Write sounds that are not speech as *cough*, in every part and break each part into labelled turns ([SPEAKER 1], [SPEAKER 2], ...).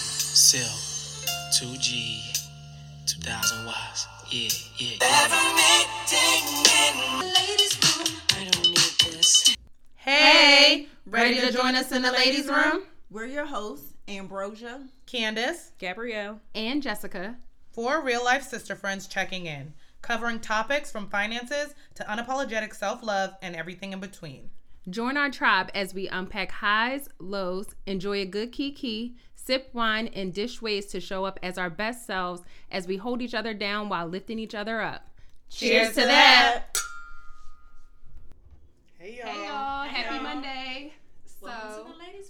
[SPEAKER 1] Sell 2G, 2000 watts. Yeah, yeah. yeah. I don't need this.
[SPEAKER 2] Hey, ready to join us in the ladies' room?
[SPEAKER 3] We're your hosts, Ambrosia.
[SPEAKER 2] Candace,
[SPEAKER 4] Gabrielle.
[SPEAKER 5] and Jessica.
[SPEAKER 2] four real life sister friends checking in, covering topics from finances to unapologetic self love and everything in between.
[SPEAKER 5] Join our tribe as we unpack highs, lows, enjoy a good kiki, sip wine, and dish ways to show up as our best selves as we hold each other down while lifting each other up.
[SPEAKER 2] Cheers to that. Hey y'all.
[SPEAKER 5] happy Monday. So,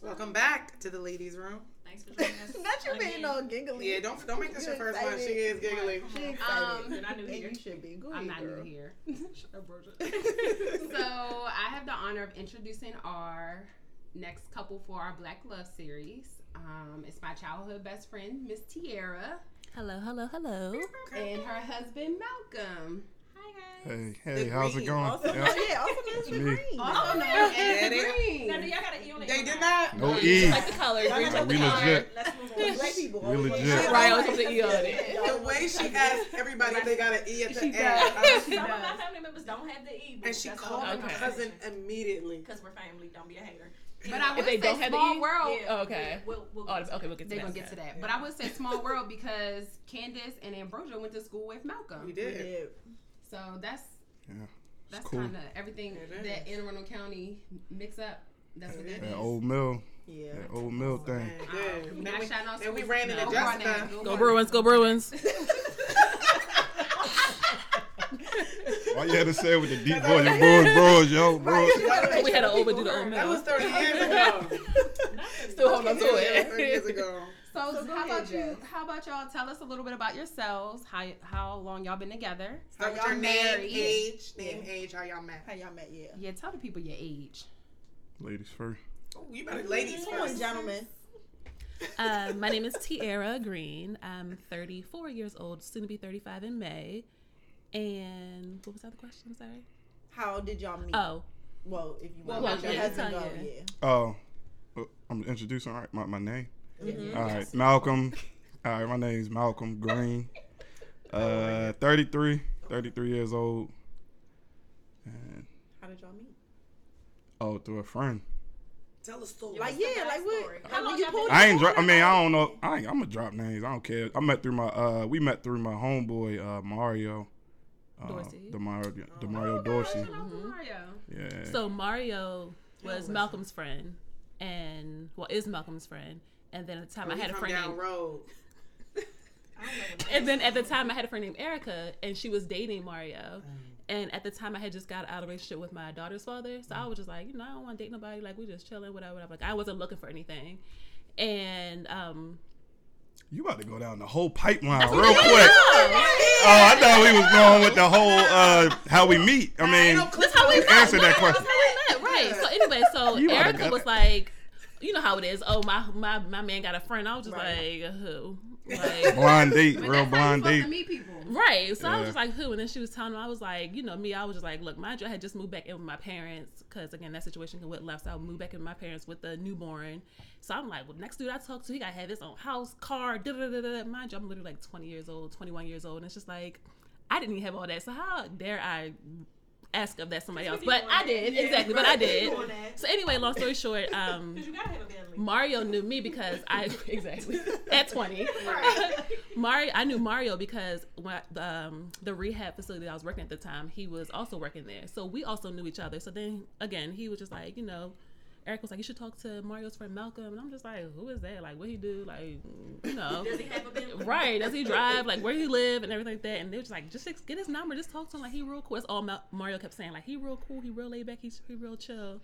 [SPEAKER 2] Welcome back to the ladies' room. *laughs*
[SPEAKER 3] Not you being all giggly.
[SPEAKER 2] Yeah, don't don't make this your
[SPEAKER 3] You're
[SPEAKER 2] first one. She
[SPEAKER 3] excited.
[SPEAKER 2] is giggling.
[SPEAKER 3] She excited.
[SPEAKER 5] um,
[SPEAKER 4] Not new
[SPEAKER 3] and
[SPEAKER 4] here.
[SPEAKER 3] you should be. Go
[SPEAKER 5] I'm
[SPEAKER 3] ahead,
[SPEAKER 5] not new
[SPEAKER 3] girl.
[SPEAKER 5] here. *laughs* So, I have the honor of introducing our next couple for our Black Love series. Um, it's my childhood best friend, Miss Tiara,
[SPEAKER 4] Hello, hello, hello.
[SPEAKER 5] and her husband, Malcolm. Hi, guys.
[SPEAKER 6] Hey, hey, how's it
[SPEAKER 2] green.
[SPEAKER 6] going?
[SPEAKER 3] Also,
[SPEAKER 6] Yeah. *laughs*
[SPEAKER 3] oh, yeah, also known as the
[SPEAKER 6] me.
[SPEAKER 3] green.
[SPEAKER 5] Oh, no,
[SPEAKER 2] Yeah,
[SPEAKER 5] and the
[SPEAKER 2] they-
[SPEAKER 5] green.
[SPEAKER 2] They did not.
[SPEAKER 6] No E.
[SPEAKER 4] The colors.
[SPEAKER 6] Like, we legit.
[SPEAKER 3] Black people.
[SPEAKER 6] We
[SPEAKER 3] always
[SPEAKER 6] legit.
[SPEAKER 3] get-
[SPEAKER 4] Right, I was supposed to E on it.
[SPEAKER 2] The way she asked everybody if they got an E at the
[SPEAKER 5] She
[SPEAKER 2] end.
[SPEAKER 5] does.
[SPEAKER 2] I was-
[SPEAKER 7] Some of my *laughs* family members don't have the E.
[SPEAKER 2] and she called
[SPEAKER 4] all
[SPEAKER 2] her
[SPEAKER 4] I'm okay.
[SPEAKER 2] cousin immediately.
[SPEAKER 7] because we're family. Don't be a hater.
[SPEAKER 5] But I would
[SPEAKER 4] If they
[SPEAKER 5] say
[SPEAKER 4] don't have the
[SPEAKER 5] small
[SPEAKER 4] E?
[SPEAKER 5] world.
[SPEAKER 7] Yeah.
[SPEAKER 4] Oh, okay.
[SPEAKER 7] *laughs* We'll, we'll
[SPEAKER 4] Oh,
[SPEAKER 7] *laughs*
[SPEAKER 4] okay, we'll get to
[SPEAKER 5] They're
[SPEAKER 4] that.
[SPEAKER 5] gonna get to that. But I would say small world because Candace and Ambrosia went to school with
[SPEAKER 2] We
[SPEAKER 5] Malcolm.
[SPEAKER 3] We
[SPEAKER 2] did.
[SPEAKER 3] did.
[SPEAKER 5] So that's
[SPEAKER 6] Yeah,
[SPEAKER 5] that's
[SPEAKER 6] it's cool.
[SPEAKER 5] kind of everything
[SPEAKER 2] It
[SPEAKER 5] that Anne Arundel County mix up. That's what that
[SPEAKER 6] That
[SPEAKER 5] is.
[SPEAKER 6] old mill,
[SPEAKER 3] Yeah.
[SPEAKER 6] that old mill thing.
[SPEAKER 2] Man, good.
[SPEAKER 5] Um,
[SPEAKER 2] Then
[SPEAKER 5] not
[SPEAKER 2] we-
[SPEAKER 5] shouting out
[SPEAKER 2] then we
[SPEAKER 5] schools.
[SPEAKER 2] ran into
[SPEAKER 5] Go
[SPEAKER 2] Jessica.
[SPEAKER 5] Barnett, go
[SPEAKER 4] Go
[SPEAKER 5] Barnett.
[SPEAKER 4] Bruins, go Bruins.
[SPEAKER 6] Why you had to say it with the deep voice? Your boys, bros, yo, bros.
[SPEAKER 3] *laughs*
[SPEAKER 4] We had to overdo the old
[SPEAKER 2] That was *laughs*
[SPEAKER 4] mill.
[SPEAKER 2] 30 years ago.
[SPEAKER 4] Still hold on to
[SPEAKER 2] Yeah, 30 years
[SPEAKER 4] it.
[SPEAKER 2] ago.
[SPEAKER 5] So,
[SPEAKER 3] So go
[SPEAKER 5] how
[SPEAKER 3] ahead,
[SPEAKER 5] about you?
[SPEAKER 3] Jess.
[SPEAKER 5] How about y'all? Tell us a little bit about yourselves. How how long y'all been together?
[SPEAKER 2] Start with your name,
[SPEAKER 5] married?
[SPEAKER 2] age, name, age, how y'all met.
[SPEAKER 3] How y'all met, yeah.
[SPEAKER 5] Yeah, tell the people your age.
[SPEAKER 6] Ladies first.
[SPEAKER 2] Oh, you better ladies
[SPEAKER 3] Come on,
[SPEAKER 2] first.
[SPEAKER 3] gentlemen.
[SPEAKER 4] Uh, my name is
[SPEAKER 7] *laughs*
[SPEAKER 4] Tiara Green. I'm 34 years old, soon to be 35 in May. And what was that the question? Sorry.
[SPEAKER 3] How did y'all meet?
[SPEAKER 4] Oh,
[SPEAKER 3] Well, if you
[SPEAKER 5] Well,
[SPEAKER 3] want
[SPEAKER 5] well,
[SPEAKER 3] to
[SPEAKER 5] yeah,
[SPEAKER 3] let your husband
[SPEAKER 4] tell
[SPEAKER 3] go,
[SPEAKER 4] you.
[SPEAKER 3] yeah.
[SPEAKER 6] Oh, uh, I'm introducing all right, my, my name.
[SPEAKER 3] Mm-hmm.
[SPEAKER 6] All right, Malcolm. All right, my name's Malcolm Green.
[SPEAKER 3] Oh,
[SPEAKER 6] Uh, 33, 33 years old. And,
[SPEAKER 3] How did y'all meet?
[SPEAKER 6] oh, through a friend.
[SPEAKER 2] Tell us story.
[SPEAKER 3] Like, yeah, like what? How long you pulled
[SPEAKER 6] I ain't. Dro- I mean, I don't know. I ain't, I'm gonna drop names. I don't care. I met through my. uh We met through my homeboy uh Mario. Uh,
[SPEAKER 4] Dorsey.
[SPEAKER 6] Demario, Demario Dorsey.
[SPEAKER 5] Mario.
[SPEAKER 6] Yeah.
[SPEAKER 4] so Mario was Malcolm's friend. And, well, is Malcolm's friend. And then at the time, I
[SPEAKER 2] We
[SPEAKER 4] had a
[SPEAKER 2] from
[SPEAKER 4] friend
[SPEAKER 2] down
[SPEAKER 4] named
[SPEAKER 2] road.
[SPEAKER 4] *laughs* And then at the time, I had a friend named Erica, and she was dating Mario. And at the time, I had just got out of a relationship with my daughter's father, so I was just like, you know, I don't want to date nobody. Like we just chilling, whatever, whatever. Like I wasn't looking for anything. And um,
[SPEAKER 6] You about to go down the whole pipeline real quick. Oh, I thought we was going with the whole uh how we meet. I mean, you answered that question.
[SPEAKER 4] yeah, right. So anyway,
[SPEAKER 6] *laughs*
[SPEAKER 4] so
[SPEAKER 6] You oughta
[SPEAKER 4] Erica
[SPEAKER 6] got
[SPEAKER 4] was
[SPEAKER 6] it.
[SPEAKER 4] like, you know how it is. Oh my my my man got a friend. I was just
[SPEAKER 3] Right.
[SPEAKER 4] like, who? Like.
[SPEAKER 6] Blind date,
[SPEAKER 5] But
[SPEAKER 6] real
[SPEAKER 5] that's how you
[SPEAKER 6] blind
[SPEAKER 5] supposed to
[SPEAKER 6] date.
[SPEAKER 5] meet people.
[SPEAKER 4] Right, so I
[SPEAKER 6] Yeah.
[SPEAKER 4] was just like, who? And then she was telling me, I was like, you know, me, I was just like, look, mind you, I had just moved back in with my parents because again, that situation with left, so I moved back in with my parents with the newborn. So I'm like, well, next dude I talk to, he got to have his own house, car, da da da da. da. Mind you, I'm literally like 20 years old, 21 years old, and it's just like, I didn't even have all that. So how dare I ask of that somebody else? But I did, exactly. But *laughs* I did. So anyway, long story short, um,
[SPEAKER 7] You gotta have a family.
[SPEAKER 4] Mario knew me because I exactly at twenty. Mario, I knew Mario because when I- um, the rehab facility I was working at the time, he was also working there, so we also knew each other. So then again, he was just like, you know, Eric was like, you should talk to Mario's friend Malcolm, and I'm just like, who is that? Like, what he do? Like, you know,
[SPEAKER 7] Does he have a family?
[SPEAKER 4] *laughs* right? Does he drive? Like, where he live and everything like that? And they're just like, just ex- get his number, just talk to him. Like, he real cool. That's all Ma- Mario kept saying. Like, he real cool, he real laid back, he's he real chill.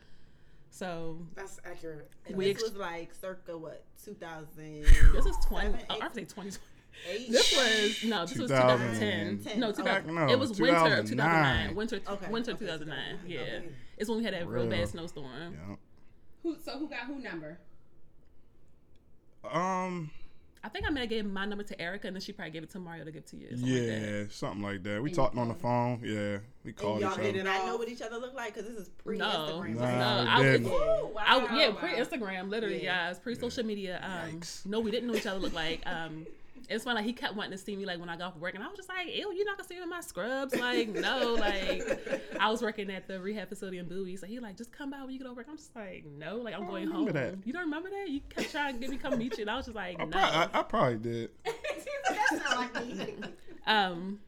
[SPEAKER 4] So
[SPEAKER 2] That's accurate.
[SPEAKER 3] And
[SPEAKER 4] We
[SPEAKER 3] this
[SPEAKER 4] ex-
[SPEAKER 3] was like circa what, 2000?
[SPEAKER 4] This is 20.
[SPEAKER 3] Seven,
[SPEAKER 4] Oh, I
[SPEAKER 3] eight.
[SPEAKER 4] would say 2020. This was no. This was
[SPEAKER 6] 2010.
[SPEAKER 4] 2010. No,
[SPEAKER 3] Okay.
[SPEAKER 4] 2000.
[SPEAKER 6] No,
[SPEAKER 4] It was winter
[SPEAKER 6] 2009.
[SPEAKER 4] of 2009. Winter.
[SPEAKER 3] Okay.
[SPEAKER 4] Winter
[SPEAKER 3] Okay,
[SPEAKER 4] 2009. Yeah,
[SPEAKER 2] Okay.
[SPEAKER 4] it's when we had that real,
[SPEAKER 6] Real.
[SPEAKER 4] bad snowstorm.
[SPEAKER 6] Yeah.
[SPEAKER 5] Who? So who got who number?
[SPEAKER 6] Um.
[SPEAKER 4] I think I may have gave my number to Erica, and then she probably gave it to Mario to give to you. something like that.
[SPEAKER 6] Yeah, something like that. We talked on the phone. Yeah. We
[SPEAKER 3] And
[SPEAKER 6] called
[SPEAKER 3] y'all
[SPEAKER 6] each
[SPEAKER 3] didn't
[SPEAKER 6] other.
[SPEAKER 3] all know what each other looked like because this is pre Instagram.
[SPEAKER 6] No.
[SPEAKER 4] No,
[SPEAKER 6] Nah,
[SPEAKER 4] I
[SPEAKER 6] it
[SPEAKER 4] was,
[SPEAKER 6] didn't.
[SPEAKER 5] Oh,
[SPEAKER 7] Ooh, wow.
[SPEAKER 4] I, yeah, pre Instagram, literally,
[SPEAKER 3] Yeah.
[SPEAKER 4] guys, pre social media. Um,
[SPEAKER 6] Yikes.
[SPEAKER 4] no, we didn't know each other look like. Um, it's funny. Like, he kept wanting to see me like when I got off work, and I was just like, "Ew, you're not gonna see me in my scrubs." Like, no, like I was working at the rehab facility in Bowie, so he like just come by when you get off work. I'm just like, no, like I'm going home.
[SPEAKER 6] remember that.
[SPEAKER 4] You don't remember that? You kept trying to get me come meet you, and I was just like,
[SPEAKER 6] I,
[SPEAKER 4] no.
[SPEAKER 6] probably, I, I probably did.
[SPEAKER 7] That's not like me.
[SPEAKER 4] Um,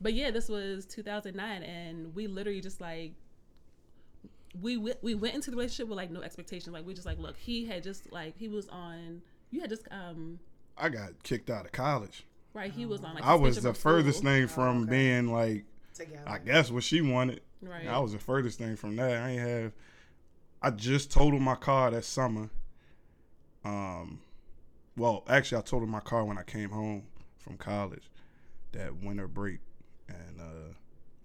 [SPEAKER 4] but yeah, this was 2009, and we literally just like we w- we went into the relationship with like no expectation. Like we just like, look, he had just like he was on. You had just um
[SPEAKER 6] I got kicked out of college.
[SPEAKER 4] right. He was on like
[SPEAKER 6] I was
[SPEAKER 4] suspension
[SPEAKER 6] the
[SPEAKER 4] from
[SPEAKER 6] furthest
[SPEAKER 4] school. Oh,
[SPEAKER 6] thing from being like,
[SPEAKER 2] Together.
[SPEAKER 6] I guess what she wanted.
[SPEAKER 4] Right.
[SPEAKER 6] I was the furthest thing from that. I ain't have. I just totaled my car that summer. Um, well, actually, I totaled my car when I came home from college that winter break, and uh,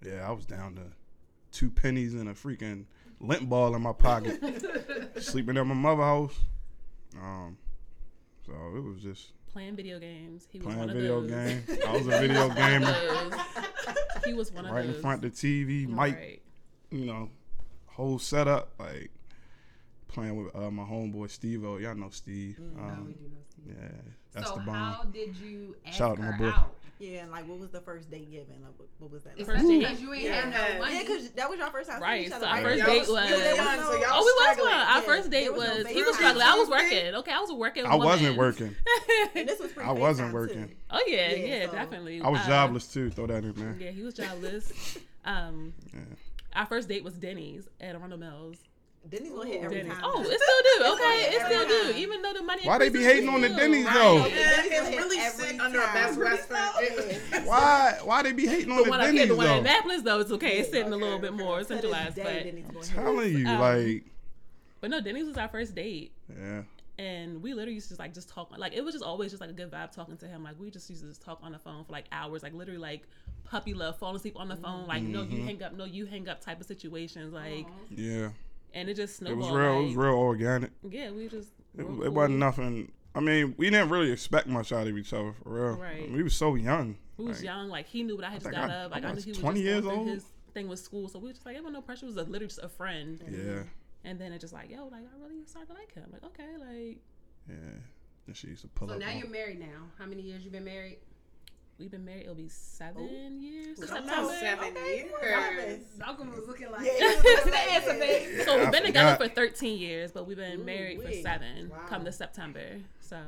[SPEAKER 6] yeah, I was down to two pennies and a freaking lint ball in my pocket,
[SPEAKER 4] *laughs*
[SPEAKER 6] sleeping at my mother's house. Um, so it was just
[SPEAKER 4] playing video games. He was
[SPEAKER 6] playing
[SPEAKER 4] one of
[SPEAKER 6] video
[SPEAKER 4] those.
[SPEAKER 6] games. I was a video gamer
[SPEAKER 4] Those. *laughs* he was one of
[SPEAKER 6] right
[SPEAKER 4] those.
[SPEAKER 6] in front of the TV, mic
[SPEAKER 4] Right.
[SPEAKER 6] you know, whole setup, like playing with uh, my homeboy Steve O. Y'all know Steve.
[SPEAKER 4] Mm,
[SPEAKER 6] Um, yeah, that's
[SPEAKER 8] so
[SPEAKER 6] the bomb.
[SPEAKER 8] how did you ask
[SPEAKER 6] Shout out to
[SPEAKER 8] her
[SPEAKER 6] my boy.
[SPEAKER 8] out?
[SPEAKER 3] Yeah, and like, what was the first date given? Like, what, what was that?
[SPEAKER 8] Is
[SPEAKER 4] First
[SPEAKER 8] that
[SPEAKER 4] date?
[SPEAKER 8] because you ain't had no money?
[SPEAKER 3] Yeah, because that was your first time
[SPEAKER 4] Right,
[SPEAKER 3] seeing each
[SPEAKER 4] so
[SPEAKER 3] other.
[SPEAKER 4] our
[SPEAKER 3] right?
[SPEAKER 4] first
[SPEAKER 3] Y'all
[SPEAKER 4] date
[SPEAKER 3] was-
[SPEAKER 4] was-
[SPEAKER 3] yeah, they wasn't
[SPEAKER 2] So
[SPEAKER 3] no-
[SPEAKER 2] y'all- I
[SPEAKER 4] Oh,
[SPEAKER 2] was
[SPEAKER 4] we was
[SPEAKER 2] struggling.
[SPEAKER 4] one. Our
[SPEAKER 3] Yeah,
[SPEAKER 4] first date
[SPEAKER 3] there was
[SPEAKER 4] was,
[SPEAKER 3] no
[SPEAKER 4] he was
[SPEAKER 3] FaceTime.
[SPEAKER 4] struggling. I was
[SPEAKER 2] Tuesday.
[SPEAKER 4] working. Okay, I was working.
[SPEAKER 6] I wasn't
[SPEAKER 4] woman.
[SPEAKER 6] working.
[SPEAKER 3] And this was pre-
[SPEAKER 6] I wasn't
[SPEAKER 3] FaceTime, too.
[SPEAKER 6] working.
[SPEAKER 4] *laughs* Oh yeah, yeah,
[SPEAKER 3] Yeah, so-
[SPEAKER 4] definitely.
[SPEAKER 6] I was
[SPEAKER 4] Uh,
[SPEAKER 6] jobless too. Throw that in, man.
[SPEAKER 4] Yeah, he was jobless. um, our first date was Denny's at Arundel Mills.
[SPEAKER 3] Denny's gonna hit every
[SPEAKER 4] Denny's.
[SPEAKER 3] time.
[SPEAKER 4] Oh, it still do. Okay, it
[SPEAKER 3] Every
[SPEAKER 4] still do.
[SPEAKER 3] time.
[SPEAKER 4] Even though the money.
[SPEAKER 6] Why they be
[SPEAKER 4] increases,
[SPEAKER 6] hating on the
[SPEAKER 4] still.
[SPEAKER 6] Denny's
[SPEAKER 4] Right.
[SPEAKER 6] though?
[SPEAKER 3] Yeah,
[SPEAKER 2] It's really
[SPEAKER 3] every
[SPEAKER 2] sitting under a
[SPEAKER 3] time.
[SPEAKER 2] best restaurant. *laughs*
[SPEAKER 6] Why? Why they be hating on
[SPEAKER 4] But
[SPEAKER 6] the
[SPEAKER 4] when I get
[SPEAKER 6] Denny's
[SPEAKER 4] the one in
[SPEAKER 6] though?
[SPEAKER 4] Annapolis, though, it's okay. It's sitting a little bit more
[SPEAKER 3] To this
[SPEAKER 4] centralized,
[SPEAKER 3] day,
[SPEAKER 4] but
[SPEAKER 3] Denny's gonna hit
[SPEAKER 6] Telling you,
[SPEAKER 4] Um,
[SPEAKER 6] like,
[SPEAKER 4] but no, Denny's was our first date,
[SPEAKER 6] yeah,
[SPEAKER 4] and we literally used to like just talk. Like it was just always just like a good vibe talking to him. Like we just used to just talk on the phone for like hours, like literally like puppy love, falling asleep on the phone. Like no,
[SPEAKER 6] Mm-hmm.
[SPEAKER 4] you hang up, no, you hang up type of situations. Like
[SPEAKER 6] yeah.
[SPEAKER 4] and it just
[SPEAKER 6] It was
[SPEAKER 4] snowballed.
[SPEAKER 6] real. It was
[SPEAKER 4] like-
[SPEAKER 6] real organic.
[SPEAKER 4] Yeah, we just.
[SPEAKER 6] It,
[SPEAKER 4] we're
[SPEAKER 6] it
[SPEAKER 4] cool.
[SPEAKER 6] wasn't nothing. I mean, we didn't really expect much out of each other for real.
[SPEAKER 4] Right.
[SPEAKER 6] We was so young.
[SPEAKER 4] We was
[SPEAKER 6] Like,
[SPEAKER 4] young. Like he knew what I had just
[SPEAKER 6] think
[SPEAKER 4] got
[SPEAKER 6] I-
[SPEAKER 4] up.
[SPEAKER 6] I
[SPEAKER 4] Like I, knew
[SPEAKER 6] was
[SPEAKER 4] he was
[SPEAKER 6] 20
[SPEAKER 4] just
[SPEAKER 6] years
[SPEAKER 4] going
[SPEAKER 6] old.
[SPEAKER 4] through his thing with school. So we were just like, it was no pressure. It was like, literally just a friend.
[SPEAKER 6] Yeah,
[SPEAKER 4] And then it just like, yo, like I really started to like him. Like okay, like
[SPEAKER 6] yeah. And she used to pull
[SPEAKER 8] So
[SPEAKER 6] up.
[SPEAKER 8] now
[SPEAKER 6] on-
[SPEAKER 8] you're married now. How many years you been married?
[SPEAKER 4] we've been married. It'll be seven years. in
[SPEAKER 2] Come on,
[SPEAKER 4] September.
[SPEAKER 2] seven
[SPEAKER 3] every
[SPEAKER 2] years.
[SPEAKER 3] time.
[SPEAKER 8] Malcolm was looking like
[SPEAKER 3] Yeah.
[SPEAKER 4] So
[SPEAKER 6] I
[SPEAKER 4] we've been together for
[SPEAKER 6] forgot.
[SPEAKER 4] 13 years, but we've been
[SPEAKER 3] Ooh,
[SPEAKER 4] married for
[SPEAKER 3] wee.
[SPEAKER 4] seven.
[SPEAKER 3] Wow.
[SPEAKER 4] Come this September. So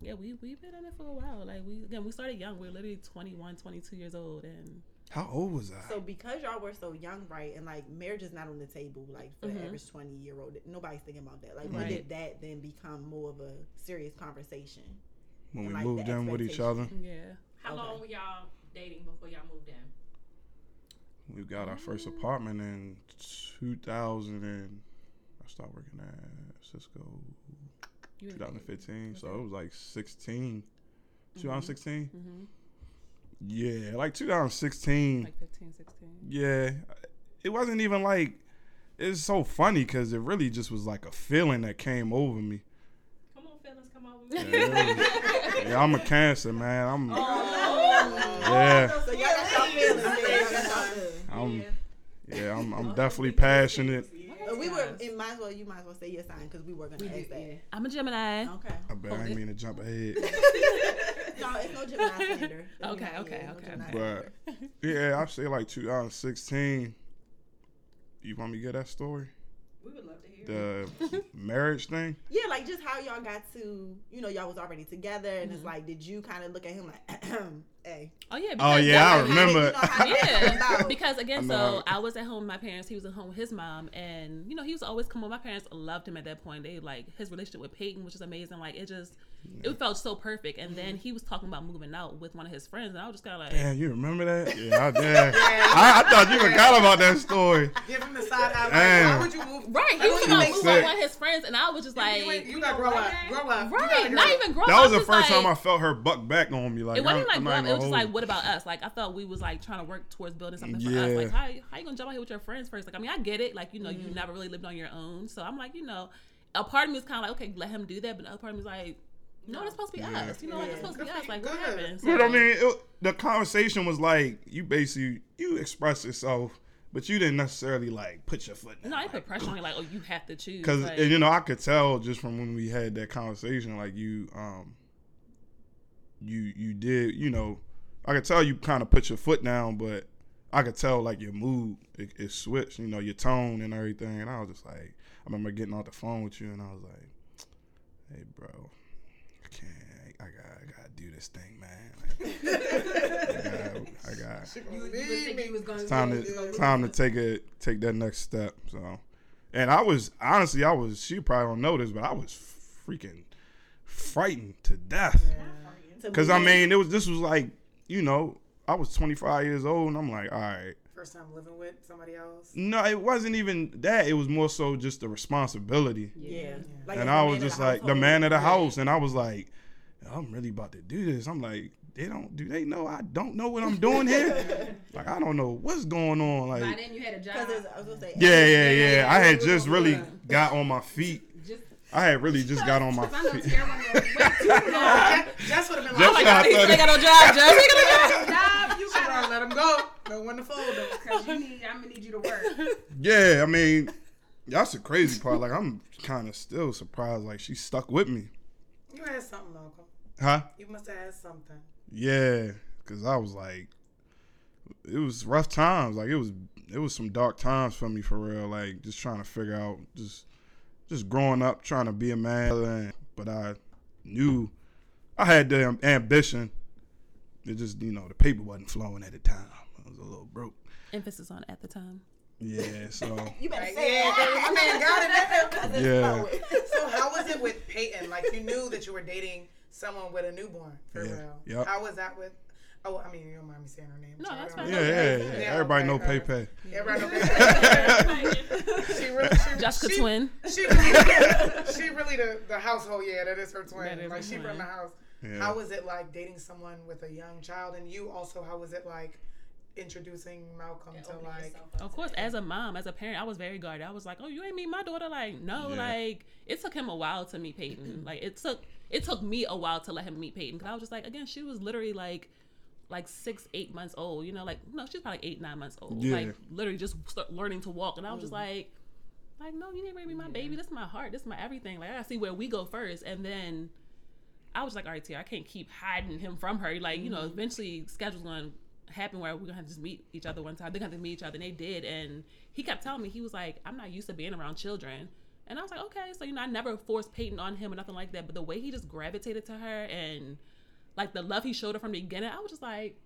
[SPEAKER 4] yeah, we we've been in it for a while. Like we again, we started young. We are literally 21, 22 years old, and
[SPEAKER 6] How old was I?
[SPEAKER 3] So because y'all were so young, right, and like marriage is not on the table, like for the average twenty year old, nobody's thinking about that. Like when
[SPEAKER 4] Mm-hmm. Right.
[SPEAKER 3] did that then become more of a serious conversation?
[SPEAKER 6] when we
[SPEAKER 3] like,
[SPEAKER 6] moved
[SPEAKER 3] the
[SPEAKER 6] in with each other,
[SPEAKER 3] expectation.
[SPEAKER 4] yeah.
[SPEAKER 7] How
[SPEAKER 3] Okay.
[SPEAKER 7] long were y'all dating before y'all moved in?
[SPEAKER 6] we got our first apartment in 2000. And I started working at Cisco
[SPEAKER 4] You were-
[SPEAKER 6] 2015, so it was like 16,
[SPEAKER 8] Mm-hmm.
[SPEAKER 6] 2016. Yeah, like 2016.
[SPEAKER 4] like 15, 16.
[SPEAKER 6] Yeah, it wasn't even like it's so funny because it really just was like a feeling that came over me.
[SPEAKER 7] Come on, fellas, come over. Oh.
[SPEAKER 6] Yeah, it was- yeah, I'm a cancer man. I'm yeah.
[SPEAKER 3] So y'all got y'all feelings. yeah, y'all got
[SPEAKER 4] *laughs*
[SPEAKER 3] y'all feelings.
[SPEAKER 6] I'm yeah, I'm,
[SPEAKER 7] Oh,
[SPEAKER 6] I'm definitely passionate
[SPEAKER 7] *laughs*
[SPEAKER 3] But we were. It might as well. You might as well say yes, sign because we were gonna ask that.
[SPEAKER 4] I'm a Gemini.
[SPEAKER 3] Okay.
[SPEAKER 6] I bet I ain't mean to
[SPEAKER 7] *laughs*
[SPEAKER 6] jump ahead,
[SPEAKER 3] No, it's no Gemini slander. It's
[SPEAKER 4] Okay,
[SPEAKER 3] not-
[SPEAKER 4] okay,
[SPEAKER 3] yeah, no
[SPEAKER 4] okay,
[SPEAKER 3] Gemini
[SPEAKER 4] okay.
[SPEAKER 6] but yeah, I say like 2016. You want me to get that story?
[SPEAKER 7] We would love to hear. *laughs*
[SPEAKER 6] The marriage thing?
[SPEAKER 3] Yeah, like just how y'all got to, you know, y'all was already together, and it's like, did you kind of look at him like, *clears throat* hey?
[SPEAKER 4] Oh yeah.
[SPEAKER 6] Oh
[SPEAKER 4] because-
[SPEAKER 6] yeah,
[SPEAKER 3] Like,
[SPEAKER 6] I
[SPEAKER 3] how did-
[SPEAKER 6] remember.
[SPEAKER 3] you know, how did that
[SPEAKER 4] *laughs*
[SPEAKER 3] come
[SPEAKER 4] yeah,
[SPEAKER 3] about?
[SPEAKER 4] because again,
[SPEAKER 6] I know
[SPEAKER 4] so
[SPEAKER 6] how-
[SPEAKER 4] I was at home with my parents. He was at home with his mom, and you know he was always come home. My parents loved him at that point. They like his relationship with Peyton, which is amazing. Like it just, it felt so perfect. And then he was talking about moving out with one of his friends, and I was just kind of like,
[SPEAKER 6] Damn, you remember
[SPEAKER 4] *laughs*
[SPEAKER 6] that? Yeah, I did. I, I thought you forgot about that story.
[SPEAKER 2] Give him the side eye. Like,
[SPEAKER 6] Damn.
[SPEAKER 2] why would you move?
[SPEAKER 4] right, he was
[SPEAKER 2] Like,
[SPEAKER 4] about
[SPEAKER 6] what
[SPEAKER 4] to
[SPEAKER 6] you
[SPEAKER 4] move out
[SPEAKER 6] said.
[SPEAKER 4] with one of his friends, and I was just like,
[SPEAKER 2] You, ain't- you gotta grow up. Grow up. You gotta
[SPEAKER 4] right,
[SPEAKER 2] grow
[SPEAKER 4] not
[SPEAKER 2] up.
[SPEAKER 4] even grown.
[SPEAKER 6] That
[SPEAKER 4] I
[SPEAKER 6] was the first
[SPEAKER 4] just like-
[SPEAKER 6] time I felt her buck back on me. Like
[SPEAKER 4] It
[SPEAKER 6] I'm-
[SPEAKER 4] wasn't like
[SPEAKER 6] I'm
[SPEAKER 4] grow up.
[SPEAKER 6] not
[SPEAKER 4] It was just
[SPEAKER 6] even
[SPEAKER 4] like,
[SPEAKER 6] old.
[SPEAKER 4] what about us? Like, I felt we was like trying to work towards building something for us.
[SPEAKER 6] Yeah.
[SPEAKER 4] Like, how, how you gonna jump out here with your friends first? Like, I mean, I get it. Like, you know, you never really lived on your own. So I'm like, you know, a part of me is kind of like, okay, let him do that. But the other part of me is like, No, it's supposed to be
[SPEAKER 6] Yeah.
[SPEAKER 4] us. You know, like, it's
[SPEAKER 3] Yeah.
[SPEAKER 4] supposed to be us. Like we're having.
[SPEAKER 6] But I mean, it, the conversation was like you basically you expressed yourself, but you didn't necessarily like put your foot.
[SPEAKER 4] no, I put pressure on you. Like, oh, you have to choose.
[SPEAKER 6] because
[SPEAKER 4] like,
[SPEAKER 6] you know I could tell just from when we had that conversation, like you, um, you you did, you know, I could tell you kind of put your foot down, but I could tell like your mood it, it switched, you know, your tone and everything, and I was just like, I remember getting off the phone with you, and I was like, hey, bro, I can't. I gotta, I gotta do this thing, man. Like, *laughs* I gotta, I gotta,
[SPEAKER 7] You, you was thinking you was going
[SPEAKER 6] it's time to time to take it take that next step. So, and I was honestly, I was she probably don't know this, but I was freaking frightened to death because I mean it was this was like you know I was 25 years old and I'm like all right.
[SPEAKER 9] First time living with somebody else.
[SPEAKER 6] No, it wasn't even that. It was more so just the responsibility.
[SPEAKER 3] yeah. Like, as
[SPEAKER 6] and
[SPEAKER 3] the
[SPEAKER 6] I
[SPEAKER 3] man
[SPEAKER 6] was
[SPEAKER 3] of the
[SPEAKER 6] just like the
[SPEAKER 3] household.
[SPEAKER 6] man of the house, and I was like, I'm really about to do this. I'm like, they don't do they know I don't know what I'm doing
[SPEAKER 3] *laughs*
[SPEAKER 6] here. like I don't know what's going on. Like
[SPEAKER 8] By then you had a job.
[SPEAKER 3] Because it's- I was gonna say,
[SPEAKER 6] Yeah, yeah, yeah. I had just really got on my feet. I had really just got on my
[SPEAKER 8] *laughs* I know
[SPEAKER 6] feet.
[SPEAKER 8] Tierra wasn't gonna wait
[SPEAKER 6] *laughs*
[SPEAKER 8] too Oh
[SPEAKER 9] Yeah, Jess would have been
[SPEAKER 6] That's
[SPEAKER 9] like,
[SPEAKER 6] how I
[SPEAKER 4] you
[SPEAKER 6] thought
[SPEAKER 4] ain't
[SPEAKER 6] it-
[SPEAKER 4] got no job, Judge. You ain't got no job.
[SPEAKER 2] "Ah,
[SPEAKER 9] "Nah, you
[SPEAKER 4] *laughs*
[SPEAKER 9] gotta let him go. No one to fold him.
[SPEAKER 8] because
[SPEAKER 9] *laughs*
[SPEAKER 8] you need. I'm gonna need you to work.
[SPEAKER 6] Yeah, I mean, that's the crazy part. Like, I'm kind of still surprised. Like, she stuck with me,
[SPEAKER 9] You had something, Uncle.
[SPEAKER 6] huh?
[SPEAKER 9] You must have had something.
[SPEAKER 6] Yeah, because I was like, it was rough times. Like, it was it was some dark times for me for real. Like, just trying to figure out, just just growing up, trying to be a man. And- But I knew I had the am- ambition. It just you know the paper wasn't flowing at the time. I was a little broke.
[SPEAKER 4] Emphasis on at the time.
[SPEAKER 6] Yeah, so
[SPEAKER 3] You better say
[SPEAKER 9] Yeah,
[SPEAKER 3] *laughs* that.
[SPEAKER 9] I mean, got it.
[SPEAKER 4] *laughs*
[SPEAKER 3] Cause it's
[SPEAKER 6] *laughs* yeah,
[SPEAKER 3] *laughs* flowing.
[SPEAKER 9] So how was it with Peyton? Like you knew that you were dating someone with a newborn, for
[SPEAKER 6] Yeah.
[SPEAKER 9] real.
[SPEAKER 6] Yep.
[SPEAKER 9] How was that with? Oh, I mean, you don't mind me saying her name.
[SPEAKER 4] No,
[SPEAKER 9] so I
[SPEAKER 4] that's
[SPEAKER 9] don't-
[SPEAKER 6] yeah, yeah, yeah.
[SPEAKER 9] Yeah,
[SPEAKER 6] Everybody know
[SPEAKER 9] okay,
[SPEAKER 6] Pay
[SPEAKER 9] okay.
[SPEAKER 6] Pay.
[SPEAKER 4] *laughs*
[SPEAKER 9] Everybody know
[SPEAKER 7] to.
[SPEAKER 9] she really, she,
[SPEAKER 4] Jessica
[SPEAKER 9] she,
[SPEAKER 4] twin.
[SPEAKER 9] She really, *laughs* she really the, the household. Yeah, that is her twin.
[SPEAKER 4] That is
[SPEAKER 9] like
[SPEAKER 4] her
[SPEAKER 9] she
[SPEAKER 4] twin.
[SPEAKER 9] run the house.
[SPEAKER 6] Yeah.
[SPEAKER 9] How was it like dating someone with a young child, and you also? How was it like introducing Malcolm to like?
[SPEAKER 4] Of course, as a mom, as a parent, I was very guarded. I was like, "Oh, you ain't meet my daughter." Like, no,
[SPEAKER 6] Yeah.
[SPEAKER 4] like it took him a while to meet Peyton. like, it took it took me a while to let him meet Peyton because I was just like, again, she was literally like, like six, eight months old. You know, like no, she's probably eight, nine months old.
[SPEAKER 6] Yeah.
[SPEAKER 4] Like, literally just start learning to walk, and I was just like, like no, you ain't ready to be my baby. This is my heart. This is my everything. Like, I gotta see where we go first, and then. I was like, all right, Tia, I can't keep hiding him from her. Like, you know, eventually schedule's gonna happen where we're gonna have to just meet each other one time. They're gonna have to meet each other and they did and he kept telling me, he was like, I'm not used to being around children. And I was like, okay, so you know, I never forced Peyton on him or nothing like that. But the way he just gravitated to her and like the love he showed her from the beginning, I was just like,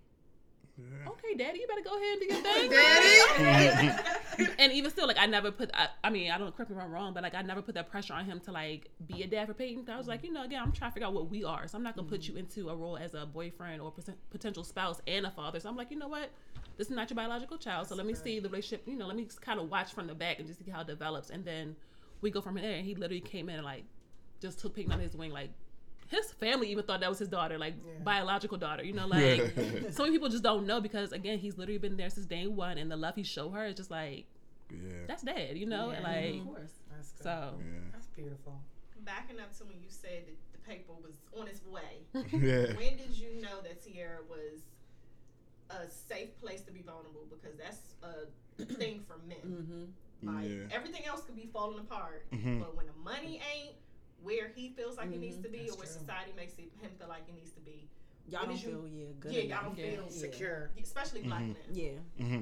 [SPEAKER 4] okay, daddy, you better go ahead and do your thing. daddy. *laughs* and even still, like I never put. I, I mean, I don't correct me if I'm wrong, but like I never put that pressure on him to like be a dad for Peyton. 'Cause I was like, you know, again, I'm trying to figure out what we are, so I'm not gonna put you into a role as a boyfriend or poten- potential spouse and a father. So I'm like, you know what, this is not your biological child. So let me see the relationship. You know, let me kind of watch from the back and just see how it develops, and then we go from there. And he literally came in and like just took Peyton on his wing, like. His family even thought that was his daughter, like biological daughter, you know, like so many people just don't know because again he's literally been there since day one and the love he showed her is just like
[SPEAKER 6] *laughs* yeah.
[SPEAKER 4] that's dad you know
[SPEAKER 8] Of
[SPEAKER 4] like
[SPEAKER 8] course.
[SPEAKER 9] That's good.
[SPEAKER 4] so
[SPEAKER 9] That's beautiful.
[SPEAKER 7] Backing up to when you said that the paper was on its way.
[SPEAKER 6] Yeah. *laughs*
[SPEAKER 7] when did you know that Sierra was a safe place to be vulnerable? Because that's a thing for
[SPEAKER 3] Mm. Mm-hmm.
[SPEAKER 7] men. Like
[SPEAKER 6] Yeah.
[SPEAKER 7] everything else could be falling apart,
[SPEAKER 6] Mhm.
[SPEAKER 7] but when the money ain't where he feels like he needs to be, or where
[SPEAKER 9] true.
[SPEAKER 7] society makes it, him feel like he needs to be,
[SPEAKER 3] Y'all
[SPEAKER 7] What
[SPEAKER 3] don't
[SPEAKER 7] did you-
[SPEAKER 3] feel yeah good.
[SPEAKER 7] yeah, y'all
[SPEAKER 3] enough.
[SPEAKER 7] don't
[SPEAKER 4] Yeah.
[SPEAKER 7] feel
[SPEAKER 9] Secure.
[SPEAKER 7] especially black men.
[SPEAKER 3] Yeah.
[SPEAKER 6] hmm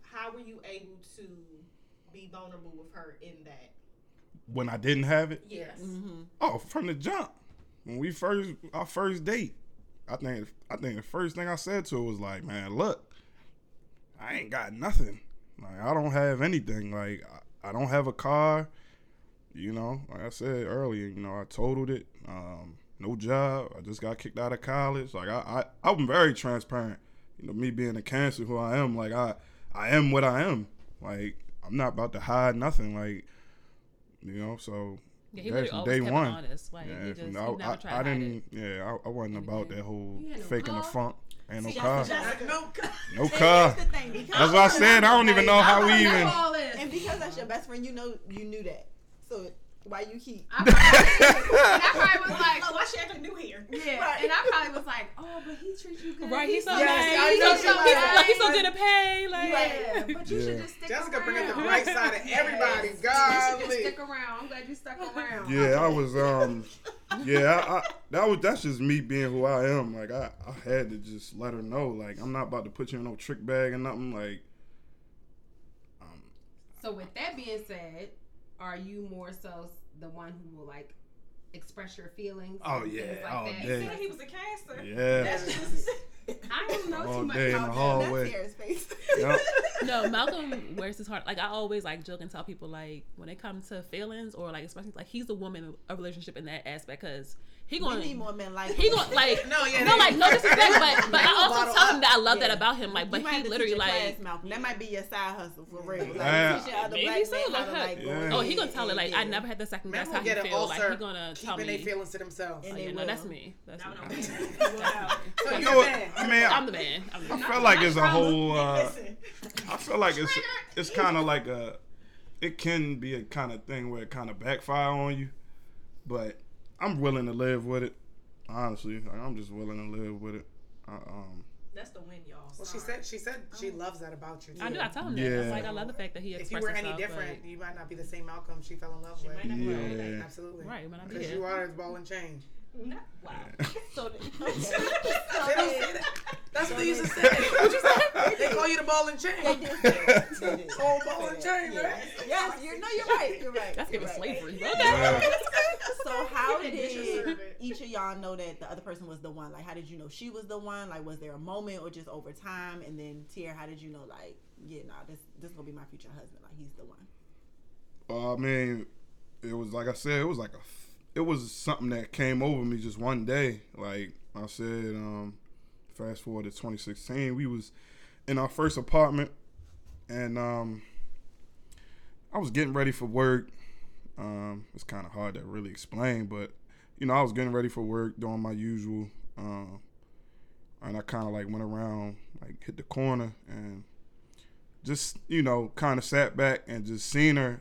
[SPEAKER 7] How were you able to be vulnerable with her in that?
[SPEAKER 6] When I didn't have it,
[SPEAKER 7] Yes. Mm-hmm.
[SPEAKER 6] oh, from the jump, when we first our first date, I think I think the first thing I said to her was like, "Man, look, I ain't got nothing. Like, I don't have anything. Like, I, I don't have a car. You know, like I said earlier, you know, I totaled it. Um, no job. I just got kicked out of college. Like, I, I I'm very transparent. You know, me being a cancer, who I am. Like, I I am what I am. Like, I'm not about to hide nothing. Like, you know, so
[SPEAKER 4] yeah, he
[SPEAKER 6] that's
[SPEAKER 4] literally
[SPEAKER 6] from
[SPEAKER 4] always
[SPEAKER 6] day
[SPEAKER 4] kept it
[SPEAKER 6] one.
[SPEAKER 4] honest like
[SPEAKER 6] Yeah,
[SPEAKER 4] he
[SPEAKER 6] if-
[SPEAKER 4] just he
[SPEAKER 6] I,
[SPEAKER 4] never
[SPEAKER 6] I, I
[SPEAKER 4] tried to hide
[SPEAKER 6] didn't. Yeah, I, I wasn't about that whole
[SPEAKER 8] You had no
[SPEAKER 6] faking the
[SPEAKER 8] car?
[SPEAKER 6] funk. Ain't no
[SPEAKER 3] See,
[SPEAKER 6] car.
[SPEAKER 3] that's Jessica.
[SPEAKER 9] No,
[SPEAKER 6] Uh, No
[SPEAKER 3] *laughs* That's
[SPEAKER 6] car.
[SPEAKER 3] the thing. Because
[SPEAKER 6] That's what I said. I don't even know how we
[SPEAKER 8] I know
[SPEAKER 6] even.
[SPEAKER 8] all this.
[SPEAKER 3] And because that's your best friend, you know you knew that. So Why you keep?
[SPEAKER 5] I
[SPEAKER 6] *laughs*
[SPEAKER 5] probably, and I probably was like,
[SPEAKER 7] Oh, why she acting new here?
[SPEAKER 5] yeah, and I probably was like, oh, but he treats you good.
[SPEAKER 4] Right, he's so
[SPEAKER 5] so
[SPEAKER 3] Yes,
[SPEAKER 4] nice.
[SPEAKER 3] I
[SPEAKER 4] He's
[SPEAKER 3] know
[SPEAKER 4] so,
[SPEAKER 3] she
[SPEAKER 4] he's,
[SPEAKER 3] like-
[SPEAKER 4] like, he's so good at pay. Like,
[SPEAKER 5] yeah, but you should
[SPEAKER 6] Yeah.
[SPEAKER 5] just stick
[SPEAKER 9] Jessica
[SPEAKER 5] around.
[SPEAKER 9] bringing the right side
[SPEAKER 5] *laughs*
[SPEAKER 9] of everybody.
[SPEAKER 5] You
[SPEAKER 3] *laughs*
[SPEAKER 5] should just
[SPEAKER 9] Golly.
[SPEAKER 5] stick around. I'm glad
[SPEAKER 9] *laughs*
[SPEAKER 5] you stuck around.
[SPEAKER 6] Yeah, I was um yeah, I, I that was that's just me being who I am. Like I, I had to just let her know. Like I'm not about to put you in no trick bag or nothing. Like um,
[SPEAKER 8] So with that being said, are you more so the one who will like express your feelings?
[SPEAKER 6] Oh,
[SPEAKER 8] and
[SPEAKER 6] yeah.
[SPEAKER 8] things
[SPEAKER 6] Oh,
[SPEAKER 8] that?
[SPEAKER 6] yeah.
[SPEAKER 7] Said he was a
[SPEAKER 8] *laughs*
[SPEAKER 7] cancer.
[SPEAKER 6] yeah.
[SPEAKER 7] That's just
[SPEAKER 8] I don't know
[SPEAKER 6] All
[SPEAKER 8] too much
[SPEAKER 6] day in the
[SPEAKER 8] about that.
[SPEAKER 3] That's
[SPEAKER 6] hallway.
[SPEAKER 3] Tara's face. *laughs*
[SPEAKER 6] Yep.
[SPEAKER 4] no, Malcolm wears his heart. Like I always like joke and tell people like when it comes to feelings or like especially like he's the woman in a relationship in that aspect because he
[SPEAKER 3] We
[SPEAKER 4] going
[SPEAKER 3] need more men like
[SPEAKER 4] he
[SPEAKER 3] him.
[SPEAKER 4] going like
[SPEAKER 9] No, yeah.
[SPEAKER 4] no
[SPEAKER 9] they-
[SPEAKER 4] like no disrespect but but I
[SPEAKER 9] You
[SPEAKER 4] also
[SPEAKER 9] bottle
[SPEAKER 4] tell him
[SPEAKER 9] up.
[SPEAKER 4] that I love that
[SPEAKER 3] Yeah.
[SPEAKER 4] about him like but
[SPEAKER 3] You might
[SPEAKER 4] he
[SPEAKER 3] have to
[SPEAKER 4] literally
[SPEAKER 3] teach your
[SPEAKER 4] like
[SPEAKER 3] class, Malcolm. that might be your side hustle for real. Like,
[SPEAKER 6] Yeah.
[SPEAKER 3] teaching other
[SPEAKER 4] Maybe
[SPEAKER 3] black
[SPEAKER 4] so,
[SPEAKER 3] men how to,
[SPEAKER 4] like,
[SPEAKER 3] like, go
[SPEAKER 6] yeah.
[SPEAKER 4] oh
[SPEAKER 3] in
[SPEAKER 4] he gonna
[SPEAKER 3] and-
[SPEAKER 4] tell it like I
[SPEAKER 3] and-
[SPEAKER 4] never had the second
[SPEAKER 9] Men
[SPEAKER 4] that's
[SPEAKER 9] will
[SPEAKER 4] how he
[SPEAKER 9] get an
[SPEAKER 4] feel like
[SPEAKER 9] ulcer
[SPEAKER 4] he gonna tell
[SPEAKER 9] keeping
[SPEAKER 4] me
[SPEAKER 9] their feelings to themselves.
[SPEAKER 4] Oh,
[SPEAKER 3] they
[SPEAKER 4] yeah, no
[SPEAKER 3] will.
[SPEAKER 4] that's me that's
[SPEAKER 7] No, no. *laughs*
[SPEAKER 4] me
[SPEAKER 7] Wow.
[SPEAKER 9] So
[SPEAKER 6] You
[SPEAKER 9] you're
[SPEAKER 6] know what?
[SPEAKER 9] bad.
[SPEAKER 6] I mean,
[SPEAKER 4] I'm
[SPEAKER 6] I,
[SPEAKER 4] the man I'm the
[SPEAKER 6] I
[SPEAKER 4] man.
[SPEAKER 6] feel like it's a whole uh,
[SPEAKER 7] Listen,
[SPEAKER 6] I feel like it's it's kind of like a it can be a kind of thing where it kind of backfire on you, but I'm willing to live with it. Honestly, like, I'm just willing to live with it. I, um,
[SPEAKER 7] that's the win, y'all.
[SPEAKER 9] Well, she said she said she loves that about you. Too.
[SPEAKER 4] I do I tell him that
[SPEAKER 6] Yeah.
[SPEAKER 4] It's like I love the fact that he
[SPEAKER 9] if you
[SPEAKER 4] expresses
[SPEAKER 9] were any
[SPEAKER 4] himself,
[SPEAKER 9] different, you might not be the same outcome she fell in love with.
[SPEAKER 6] yeah.
[SPEAKER 9] Absolutely.
[SPEAKER 4] but- right when I'm
[SPEAKER 9] Because
[SPEAKER 4] here
[SPEAKER 9] you are his ball and chain.
[SPEAKER 7] No, wow.
[SPEAKER 3] *laughs*
[SPEAKER 9] *laughs*
[SPEAKER 7] So,
[SPEAKER 9] They don't say that. That's what they used to say. What you say? *laughs* They call you the ball and chain. Oh, ball and chain, right?
[SPEAKER 3] Yes, you're no, you're right. You're right.
[SPEAKER 4] that's
[SPEAKER 3] you're
[SPEAKER 4] giving
[SPEAKER 3] right.
[SPEAKER 4] slavery
[SPEAKER 6] *laughs* Yeah.
[SPEAKER 4] okay
[SPEAKER 3] *laughs* So how
[SPEAKER 7] Get that
[SPEAKER 3] did
[SPEAKER 7] disrespect.
[SPEAKER 3] each of y'all know that the other person was the one? Like, how did you know she was the one? Like, was there a moment or just over time? And then Tier, how did you know? Like, yeah, nah, this this gonna be my future husband. Like, he's the one.
[SPEAKER 6] Well, I mean, it was like I said, it was like a, f- it was something that came over me just one day. Like I said, um, fast forward to 2016, we was in our first apartment, and um, I was getting ready for work. Um, it's kind of hard to really explain, but you know, I was getting ready for work, doing my usual, um, and I kind of like went around, like hit the corner, and just you know, kind of sat back and just seen her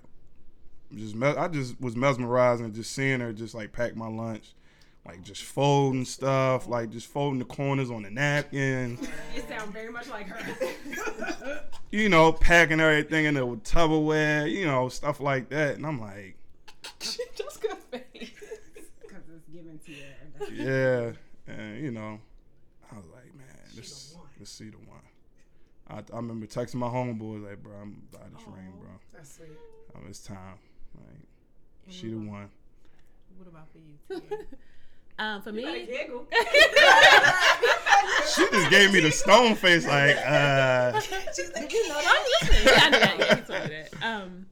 [SPEAKER 6] just mes- I just was mesmerized and just seeing her just like pack my lunch, like just folding stuff, like just folding the corners on the napkins,
[SPEAKER 5] It sounds very much like her.
[SPEAKER 6] you know, packing everything in the Tupperware, you know, stuff like that. And I'm like,
[SPEAKER 4] just good face
[SPEAKER 5] Because it's given to you.
[SPEAKER 6] yeah, and you know, I was like, man, this this see the one. I, I remember texting my homeboys like, bro, I'm I just ring, bro.
[SPEAKER 9] That's sweet.
[SPEAKER 6] Um, it's time. Like, she the one.
[SPEAKER 3] What about for you? Tier?
[SPEAKER 4] um for me
[SPEAKER 7] giggle.
[SPEAKER 6] She just gave me the stone face, like, *laughs* uh,
[SPEAKER 4] Yeah, I knew that. Yeah, he told me that. Um,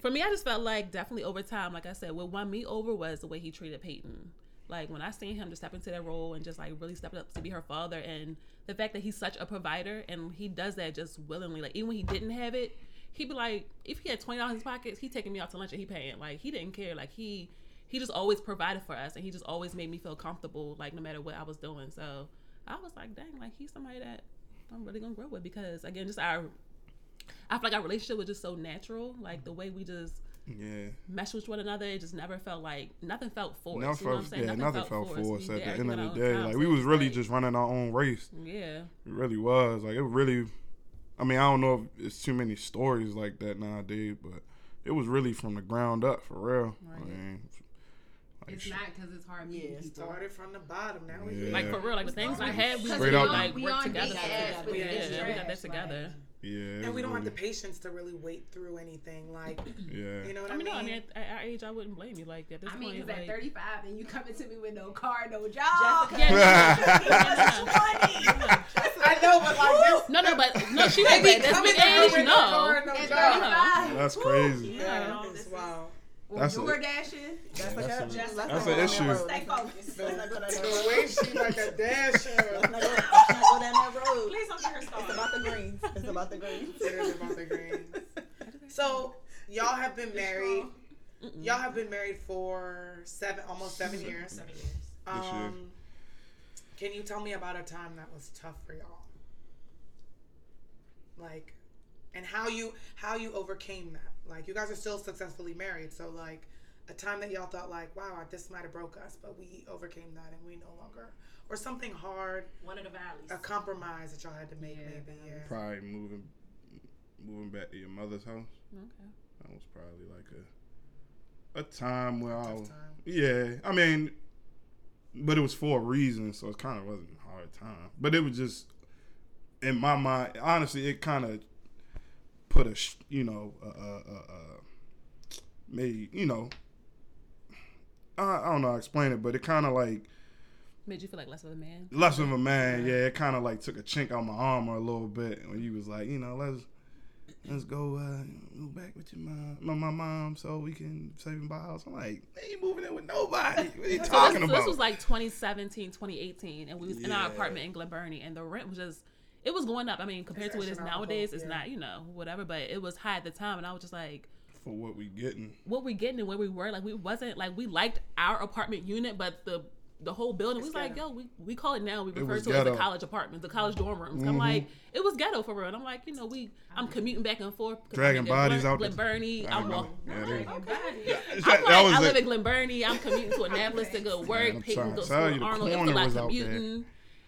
[SPEAKER 4] for me, I just felt like definitely over time, like I said, what won me over was the way he treated Peyton. Like when I seen him just step into that role and just like really step up to be her father, and the fact that he's such a provider and he does that just willingly. Like even when he didn't have it, he'd be like, if he had twenty dollars in his pockets, he taking me out to lunch and he paying. Like he didn't care. Like he he just always provided for us, and he just always made me feel comfortable. Like no matter what I was doing, so I was like, dang, like he's somebody that I'm really gonna grow with because again, just our I feel like our relationship was just so natural. Like the way we just
[SPEAKER 6] yeah.
[SPEAKER 4] meshed with one another, it just never felt like nothing felt forced.
[SPEAKER 6] Nothing
[SPEAKER 4] you know what I'm
[SPEAKER 6] felt,
[SPEAKER 4] saying?
[SPEAKER 6] yeah, nothing, felt forced,
[SPEAKER 4] We
[SPEAKER 6] at the
[SPEAKER 4] did everything
[SPEAKER 6] end of
[SPEAKER 4] on
[SPEAKER 6] the
[SPEAKER 4] our own
[SPEAKER 6] day.
[SPEAKER 4] time,
[SPEAKER 6] Like
[SPEAKER 4] so
[SPEAKER 6] we
[SPEAKER 4] it
[SPEAKER 6] was really
[SPEAKER 4] like-
[SPEAKER 6] just running our own race.
[SPEAKER 4] yeah.
[SPEAKER 6] It really was. Like it really. I mean, I don't know if it's too many stories like that nowadays, but it was really from the ground up for real. I mean, like,
[SPEAKER 8] It's
[SPEAKER 6] sh-
[SPEAKER 8] not because it's hard
[SPEAKER 3] Yeah,
[SPEAKER 8] meeting
[SPEAKER 3] it's
[SPEAKER 8] people.
[SPEAKER 9] Started from the bottom. Now we
[SPEAKER 6] Yeah.
[SPEAKER 9] here.
[SPEAKER 4] Like for real, like the things I had, we
[SPEAKER 6] Straight
[SPEAKER 4] really
[SPEAKER 6] up.
[SPEAKER 4] like
[SPEAKER 5] We
[SPEAKER 4] worked
[SPEAKER 5] on
[SPEAKER 4] together.
[SPEAKER 5] big
[SPEAKER 4] for
[SPEAKER 5] ass
[SPEAKER 4] that.
[SPEAKER 5] with
[SPEAKER 4] yeah,
[SPEAKER 5] big
[SPEAKER 4] we got that
[SPEAKER 5] trash,
[SPEAKER 4] together.
[SPEAKER 6] yeah.
[SPEAKER 9] And
[SPEAKER 6] it's
[SPEAKER 9] we don't have the
[SPEAKER 6] really-
[SPEAKER 9] patience to really wait through anything. Like,
[SPEAKER 6] Yeah. *laughs*
[SPEAKER 9] you know what
[SPEAKER 4] I
[SPEAKER 9] I
[SPEAKER 4] mean, no, I mean
[SPEAKER 9] mean?
[SPEAKER 4] at, at our age, I wouldn't blame you. Like at this
[SPEAKER 5] I mean,
[SPEAKER 4] point,
[SPEAKER 5] because
[SPEAKER 4] like,
[SPEAKER 5] at 35 and you coming to me with no car, no job.
[SPEAKER 4] yeah, no, no, no,
[SPEAKER 9] I know, but like,
[SPEAKER 4] no, no, no, but no, she
[SPEAKER 9] they
[SPEAKER 4] was
[SPEAKER 9] be
[SPEAKER 4] like, that's
[SPEAKER 9] coming
[SPEAKER 4] big
[SPEAKER 9] to her
[SPEAKER 4] age,
[SPEAKER 9] with no car
[SPEAKER 4] no.
[SPEAKER 9] and no
[SPEAKER 5] At
[SPEAKER 9] job.
[SPEAKER 5] 35,
[SPEAKER 6] That's crazy.
[SPEAKER 4] Yeah.
[SPEAKER 9] It's wild.
[SPEAKER 5] or
[SPEAKER 6] That's a-
[SPEAKER 5] door dashing.
[SPEAKER 6] Yeah, that's a-
[SPEAKER 3] That's,
[SPEAKER 6] that's an issue.
[SPEAKER 7] Stay focused.
[SPEAKER 9] The, the way she like a *laughs* dasher.
[SPEAKER 3] Let's not go down that road.
[SPEAKER 7] Please don't get her
[SPEAKER 3] It's
[SPEAKER 7] started.
[SPEAKER 3] about the greens. It's about the greens.
[SPEAKER 9] It is about the
[SPEAKER 3] *laughs*
[SPEAKER 9] greens. So y'all have been married. Y'all have been married for seven, almost seven years.
[SPEAKER 7] Seven years.
[SPEAKER 6] This year.
[SPEAKER 9] Um, can you tell me about a time that was tough for y'all? Like, and how you how you overcame that? Like, you guys are still successfully married, so like, a time that y'all thought like, wow, this might have broke us, but we overcame that and we no longer, or something hard,
[SPEAKER 7] One of the valleys.
[SPEAKER 9] a compromise that y'all had to make,
[SPEAKER 8] Yeah,
[SPEAKER 9] maybe. Yeah.
[SPEAKER 6] Probably moving, moving back to your mother's house.
[SPEAKER 4] Okay.
[SPEAKER 6] That was probably like a, a time where I
[SPEAKER 9] Tough
[SPEAKER 6] was,
[SPEAKER 9] time.
[SPEAKER 6] yeah. I mean, but it was for a reason, so it kind of wasn't a hard time. But it was just in my mind. Honestly, it kind of put a sh- you know a, a, a, a made you know. I, I don't know how to explain it, but it kind of like
[SPEAKER 4] Made you feel like less of a man.
[SPEAKER 6] less of a man. Yeah, it kind of like took a chink out my armor a little bit when you was like, you know, let's let's go uh, move back with your mom, my, my mom, so we can save and buy a house. I'm like, man, you moving in with nobody? What are you talking
[SPEAKER 4] *laughs* so
[SPEAKER 6] about?
[SPEAKER 4] this was like 2017, 2018, and we was in
[SPEAKER 6] Yeah.
[SPEAKER 4] our apartment in Glen Burnie, and the rent was just it was going up. I mean, compared to what it is
[SPEAKER 9] astronomical,
[SPEAKER 4] nowadays, it's
[SPEAKER 9] yeah.
[SPEAKER 4] not you know whatever, but it was high at the time, and I was just like,
[SPEAKER 6] For what we getting?
[SPEAKER 4] what we getting and where we were, like we wasn't like we liked our apartment unit, but the the whole building we was like, yo, we, we call it now. We refer
[SPEAKER 6] was
[SPEAKER 4] to it as the
[SPEAKER 6] ghetto. Mm-hmm.
[SPEAKER 4] college apartment, the college dorm rooms. I'm like, it was ghetto for real. And I'm like, you know, we I'm commuting back and forth,
[SPEAKER 6] Dragging bodies out
[SPEAKER 4] Glen
[SPEAKER 6] the-
[SPEAKER 4] Burnie.
[SPEAKER 6] I
[SPEAKER 4] I'm
[SPEAKER 6] know.
[SPEAKER 4] walking.
[SPEAKER 6] Yeah, they-
[SPEAKER 4] I'm
[SPEAKER 6] That-
[SPEAKER 4] like,
[SPEAKER 6] that
[SPEAKER 4] I
[SPEAKER 6] was
[SPEAKER 4] live
[SPEAKER 6] it.
[SPEAKER 4] in Glen Burnie. I'm commuting to Annapolis to go to work.
[SPEAKER 6] I'm
[SPEAKER 4] Peyton
[SPEAKER 6] trying to
[SPEAKER 4] goes
[SPEAKER 6] tell you,
[SPEAKER 4] to
[SPEAKER 6] the
[SPEAKER 4] Arnold. It was
[SPEAKER 6] corner
[SPEAKER 4] a lot
[SPEAKER 6] was out there.
[SPEAKER 4] commuting.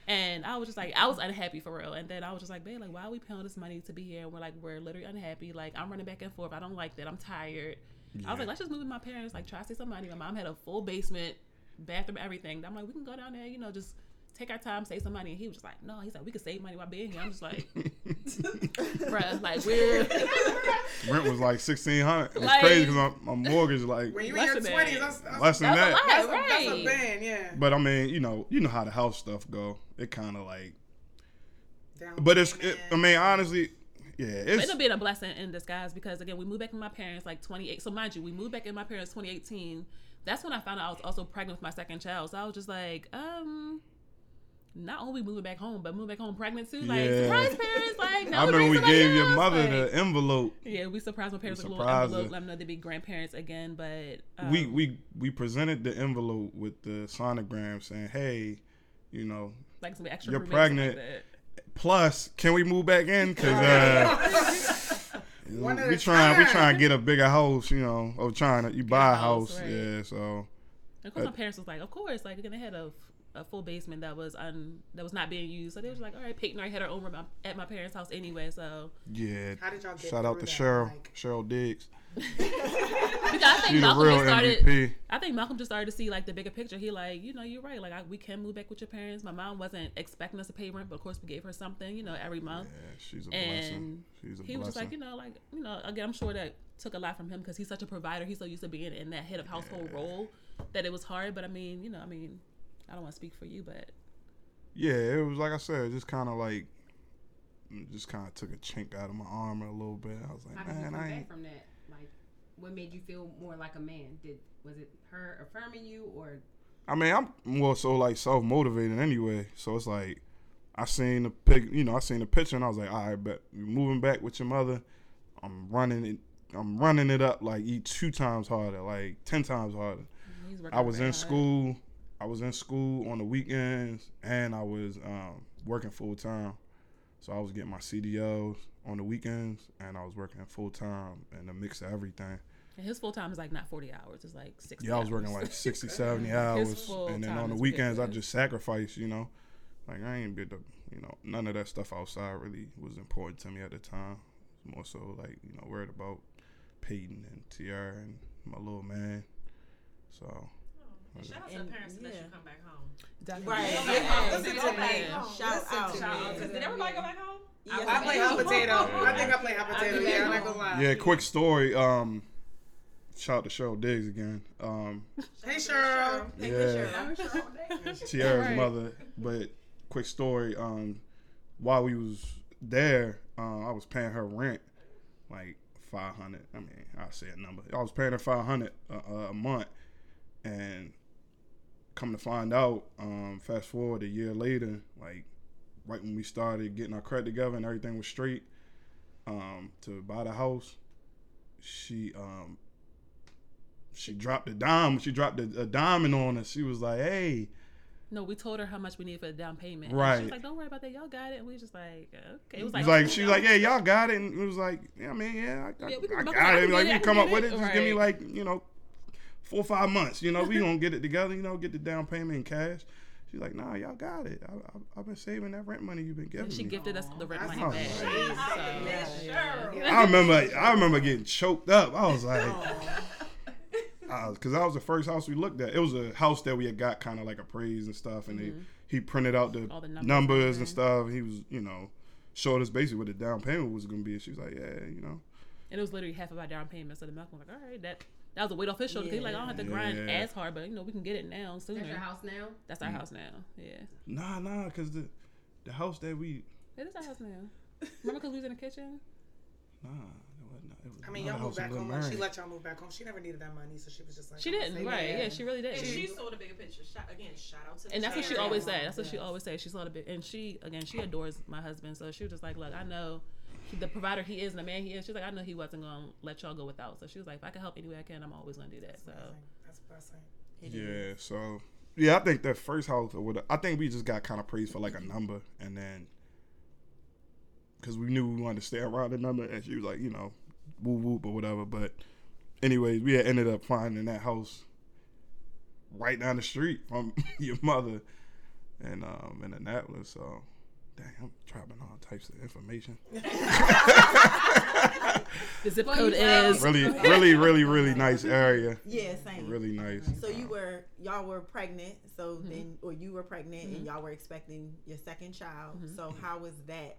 [SPEAKER 4] And I was just like, I was unhappy for real. And then I was just like, babe, like, why are we paying all this money to be here? And we're like, we're literally unhappy. Like, I'm running back and forth. I don't like that. I'm tired. I was like, let's just move with my parents. Like, try to see somebody. My mom had a full basement, bathroom, everything. I'm like, we can go down there, you know, just take our time, save some money. And he was just like, no. He's like, we could save money while being here. I'm just
[SPEAKER 6] *laughs*
[SPEAKER 4] like, bruh, like, we're.
[SPEAKER 6] Rent was like sixteen hundred. It was
[SPEAKER 4] Like-
[SPEAKER 6] crazy because my,
[SPEAKER 4] *laughs*
[SPEAKER 6] my mortgage like
[SPEAKER 9] When you were in
[SPEAKER 4] Less
[SPEAKER 9] your
[SPEAKER 4] than
[SPEAKER 9] 20s,
[SPEAKER 4] that.
[SPEAKER 9] that's, that's,
[SPEAKER 6] less than
[SPEAKER 4] That's a
[SPEAKER 6] that.
[SPEAKER 4] lot,
[SPEAKER 9] that's a,
[SPEAKER 4] right?
[SPEAKER 9] that's a band, yeah.
[SPEAKER 6] But I mean, you know, you know how the house stuff go. It kind of like,
[SPEAKER 9] Down
[SPEAKER 6] but it's. It,
[SPEAKER 9] payment.
[SPEAKER 6] I mean, honestly, yeah,
[SPEAKER 4] But
[SPEAKER 6] it's
[SPEAKER 4] it'll be a blessing in disguise because again, we moved back in my parents like 28. So mind you, we moved back in my parents 2018. That's when I found out I was also pregnant with my second child. So I was just like, um, not only moving back home, but moving back home pregnant too. Like
[SPEAKER 6] Yeah.
[SPEAKER 4] surprise
[SPEAKER 6] *laughs*
[SPEAKER 4] parents, like no.
[SPEAKER 6] I remember we
[SPEAKER 4] raising our
[SPEAKER 6] gave your
[SPEAKER 4] house,
[SPEAKER 6] mother
[SPEAKER 4] like-
[SPEAKER 6] the envelope.
[SPEAKER 4] Yeah, we surprised my parents
[SPEAKER 6] We
[SPEAKER 4] with a little
[SPEAKER 6] surprised
[SPEAKER 4] envelope.
[SPEAKER 6] her.
[SPEAKER 4] Let them know they'd be grandparents again, but um,
[SPEAKER 6] we we we presented the envelope with the sonogram saying, "Hey, you know,
[SPEAKER 4] like some extra.
[SPEAKER 6] you're
[SPEAKER 4] roommates, something
[SPEAKER 6] pregnant.
[SPEAKER 4] Like that.
[SPEAKER 6] plus can we move back in?
[SPEAKER 2] *laughs*
[SPEAKER 6] Cause uh,
[SPEAKER 9] at
[SPEAKER 6] we
[SPEAKER 9] a
[SPEAKER 6] trying we
[SPEAKER 9] time.
[SPEAKER 6] trying to get a bigger house, you know, or trying to you buy a
[SPEAKER 4] house,
[SPEAKER 6] house,
[SPEAKER 4] right.
[SPEAKER 6] yeah. So
[SPEAKER 4] Of
[SPEAKER 6] Uh,
[SPEAKER 4] course, my parents was like, of course, like again, they had a, a full basement that was un, that was not being used, so they was like, all right, Peyton already had her own room at my parents' house anyway, so
[SPEAKER 6] yeah,
[SPEAKER 9] How did y'all get
[SPEAKER 6] shout out to
[SPEAKER 9] through that?
[SPEAKER 6] Cheryl
[SPEAKER 9] Like-
[SPEAKER 6] Cheryl Diggs,
[SPEAKER 4] Because I
[SPEAKER 6] she
[SPEAKER 4] think
[SPEAKER 6] the
[SPEAKER 4] Malcolm
[SPEAKER 6] real
[SPEAKER 4] just started.
[SPEAKER 6] MVP.
[SPEAKER 4] I think Malcolm just started to see like the bigger picture. He like, you know, you're right. Like I, we can move back with your parents. My mom wasn't expecting us to pay rent, but of course we gave her something, you know, every month.
[SPEAKER 6] Yeah, she's a blessing.
[SPEAKER 4] And
[SPEAKER 6] She's a
[SPEAKER 4] he
[SPEAKER 6] blessing.
[SPEAKER 4] was just like, you know, like you know, again, I'm sure that took a lot from him because he's such a provider. He's so used to being in that head of household role that it was hard. But I mean, you know, I mean, I don't want to speak for you, but
[SPEAKER 6] yeah, it was like I said, it just kind of like. Just kind of took a chink out of my armor a little bit. I was like,
[SPEAKER 5] How did you
[SPEAKER 6] man,
[SPEAKER 5] come
[SPEAKER 6] I ain't
[SPEAKER 5] back from that? Like, what made you feel more like a man? Did was it her affirming you or
[SPEAKER 6] I mean, I'm more so like self motivated anyway. So it's like I seen the pic, you know, I seen the picture and I was like, all right, but you moving back with your mother. I'm running it. I'm running it up like eat two times harder, like ten times harder.
[SPEAKER 4] he's working.
[SPEAKER 6] I was
[SPEAKER 4] very
[SPEAKER 6] in
[SPEAKER 4] hard.
[SPEAKER 6] school. I was in school on the weekends, and I was um, working full time. So I was getting my CDLs on the weekends, and I was working full time and a mix of everything.
[SPEAKER 4] And his full time is like not 40 hours. It's like 60.
[SPEAKER 6] Yeah, I was
[SPEAKER 4] hours.
[SPEAKER 6] working
[SPEAKER 4] *laughs*
[SPEAKER 6] like 60, 70 hours.
[SPEAKER 4] full
[SPEAKER 6] And then
[SPEAKER 4] time
[SPEAKER 6] on the
[SPEAKER 4] is
[SPEAKER 6] weekends, I
[SPEAKER 4] ridiculous.
[SPEAKER 6] just sacrificed, you know. Like, I ain't been, to, you know, none of that stuff outside really was important to me at the time. It's more so, like, you know, worried about Peyton and Tiara and my little man. So,
[SPEAKER 7] Shout out to the
[SPEAKER 3] And-
[SPEAKER 7] parents that let
[SPEAKER 3] yeah.
[SPEAKER 7] you come back home.
[SPEAKER 4] *laughs* Definitely.
[SPEAKER 3] Right.
[SPEAKER 9] Listen to me.
[SPEAKER 3] Shout out.
[SPEAKER 9] Listen to me.
[SPEAKER 7] Did everybody go back home?
[SPEAKER 3] Yes,
[SPEAKER 9] I play hot
[SPEAKER 3] ma'am.
[SPEAKER 9] potato. I think I play hot potato.
[SPEAKER 7] do
[SPEAKER 9] Yeah,
[SPEAKER 7] that
[SPEAKER 9] I'm not
[SPEAKER 7] one.
[SPEAKER 9] gonna
[SPEAKER 4] Ah,
[SPEAKER 9] lie.
[SPEAKER 6] uh, yeah, quick story. Um, Shout out to Cheryl Diggs again. Um,
[SPEAKER 9] Hey, Cheryl.
[SPEAKER 6] yeah.
[SPEAKER 5] I'm sure all day.
[SPEAKER 6] Tiara's mother. But quick story. Um, while we was there, uh, I was paying her rent, like five hundred. I mean, I say a number. I was paying her five hundred a, a month, and come to find out, um, fast forward a year later, like right when we started getting our credit together and everything was straight, um, to buy the house, she um. She dropped a dime. She dropped a, a diamond on us. She was like, "Hey,
[SPEAKER 4] No, we told her how much we need for the down payment. And She
[SPEAKER 6] Right.
[SPEAKER 4] was like, don't worry about that. Y'all got it. And we was just like, okay. It was
[SPEAKER 6] It was like she was like, yeah, y'all got it. And it was like, yeah, I mean, yeah, I, I,
[SPEAKER 4] Yeah, we can
[SPEAKER 6] I
[SPEAKER 4] come up
[SPEAKER 6] got
[SPEAKER 4] with
[SPEAKER 6] it. Like
[SPEAKER 4] it. I can get
[SPEAKER 6] we
[SPEAKER 4] it.
[SPEAKER 6] can
[SPEAKER 4] I
[SPEAKER 6] come
[SPEAKER 4] can
[SPEAKER 6] up
[SPEAKER 4] get
[SPEAKER 6] with
[SPEAKER 4] it.
[SPEAKER 6] it. Just give me
[SPEAKER 4] Right.
[SPEAKER 6] like you know four or five months. You know, we gonna get it together. You know, get the down payment in cash. She's like, nah, y'all got it. I, I, I've been saving that rent money you've been giving
[SPEAKER 4] And she
[SPEAKER 6] me.
[SPEAKER 4] gifted us the rent money
[SPEAKER 6] Oh,
[SPEAKER 4] back.
[SPEAKER 6] my
[SPEAKER 4] So,
[SPEAKER 6] I remember, I remember getting choked up. I was like, because that was the first house we looked at. It was a house that we had got kind of like appraised and stuff, and they, he printed out the,
[SPEAKER 4] Mm-hmm. All the
[SPEAKER 6] numbers,
[SPEAKER 4] numbers
[SPEAKER 6] and stuff. He was, you know, showed us basically what the down payment was going to be. And she was like, yeah, you know,
[SPEAKER 4] and it was literally half of our down payment. So the Malcolm was like, all right, that that was a weight off his shoulder. 'cause he like, I don't have to grind
[SPEAKER 6] Yeah.
[SPEAKER 4] as hard, but you know, we can get it now sooner.
[SPEAKER 5] That's your house now.
[SPEAKER 4] That's our house now. Yeah,
[SPEAKER 6] nah, nah, because the the house that we
[SPEAKER 4] it is our house now.
[SPEAKER 5] *laughs*
[SPEAKER 4] Remember, cause we was in the kitchen.
[SPEAKER 6] nah, it wasn't. It was
[SPEAKER 2] I mean,
[SPEAKER 6] not
[SPEAKER 2] y'all
[SPEAKER 6] a
[SPEAKER 2] moved
[SPEAKER 6] house in
[SPEAKER 2] back
[SPEAKER 6] Little
[SPEAKER 2] home. Like, she
[SPEAKER 6] Marion.
[SPEAKER 2] let y'all move back home. She never needed that money, so she was just like,
[SPEAKER 4] She
[SPEAKER 2] "I'm gonna
[SPEAKER 4] didn't,
[SPEAKER 2] save
[SPEAKER 4] right?
[SPEAKER 2] it."
[SPEAKER 4] Yeah, she really did.
[SPEAKER 7] And she saw the bigger picture. Shout, again, shout out to the
[SPEAKER 4] And that's what she
[SPEAKER 7] parents.
[SPEAKER 4] always said. That's what she always said. She's a lot of bit, and she again, she adores my husband. So she was just like, look, I know he- the provider he is and the man he is. She's like, I know he wasn't gonna let y'all go without. So she was like, if I can help any way I can, I'm always gonna do that. So
[SPEAKER 2] "Oh, That's what I say.
[SPEAKER 6] Yeah, so yeah, I think that first house or whatever. I think we just got kind of praised for like a number, and then because we knew we wanted to stay around the number, and she was like, you know, woo whoop or whatever. But anyways, we had ended up finding that house right down the street from *laughs* your mother, and um, in Annapolis. So, dang, I'm dropping all types of information. *laughs*
[SPEAKER 4] the zip code is
[SPEAKER 6] Really, really, really, really nice area.
[SPEAKER 3] Yeah, same.
[SPEAKER 6] Really nice.
[SPEAKER 3] So you were y'all were pregnant, so
[SPEAKER 9] Mm-hmm.
[SPEAKER 3] then or you were pregnant and y'all were expecting your second child.
[SPEAKER 9] Mm-hmm.
[SPEAKER 3] So how was that?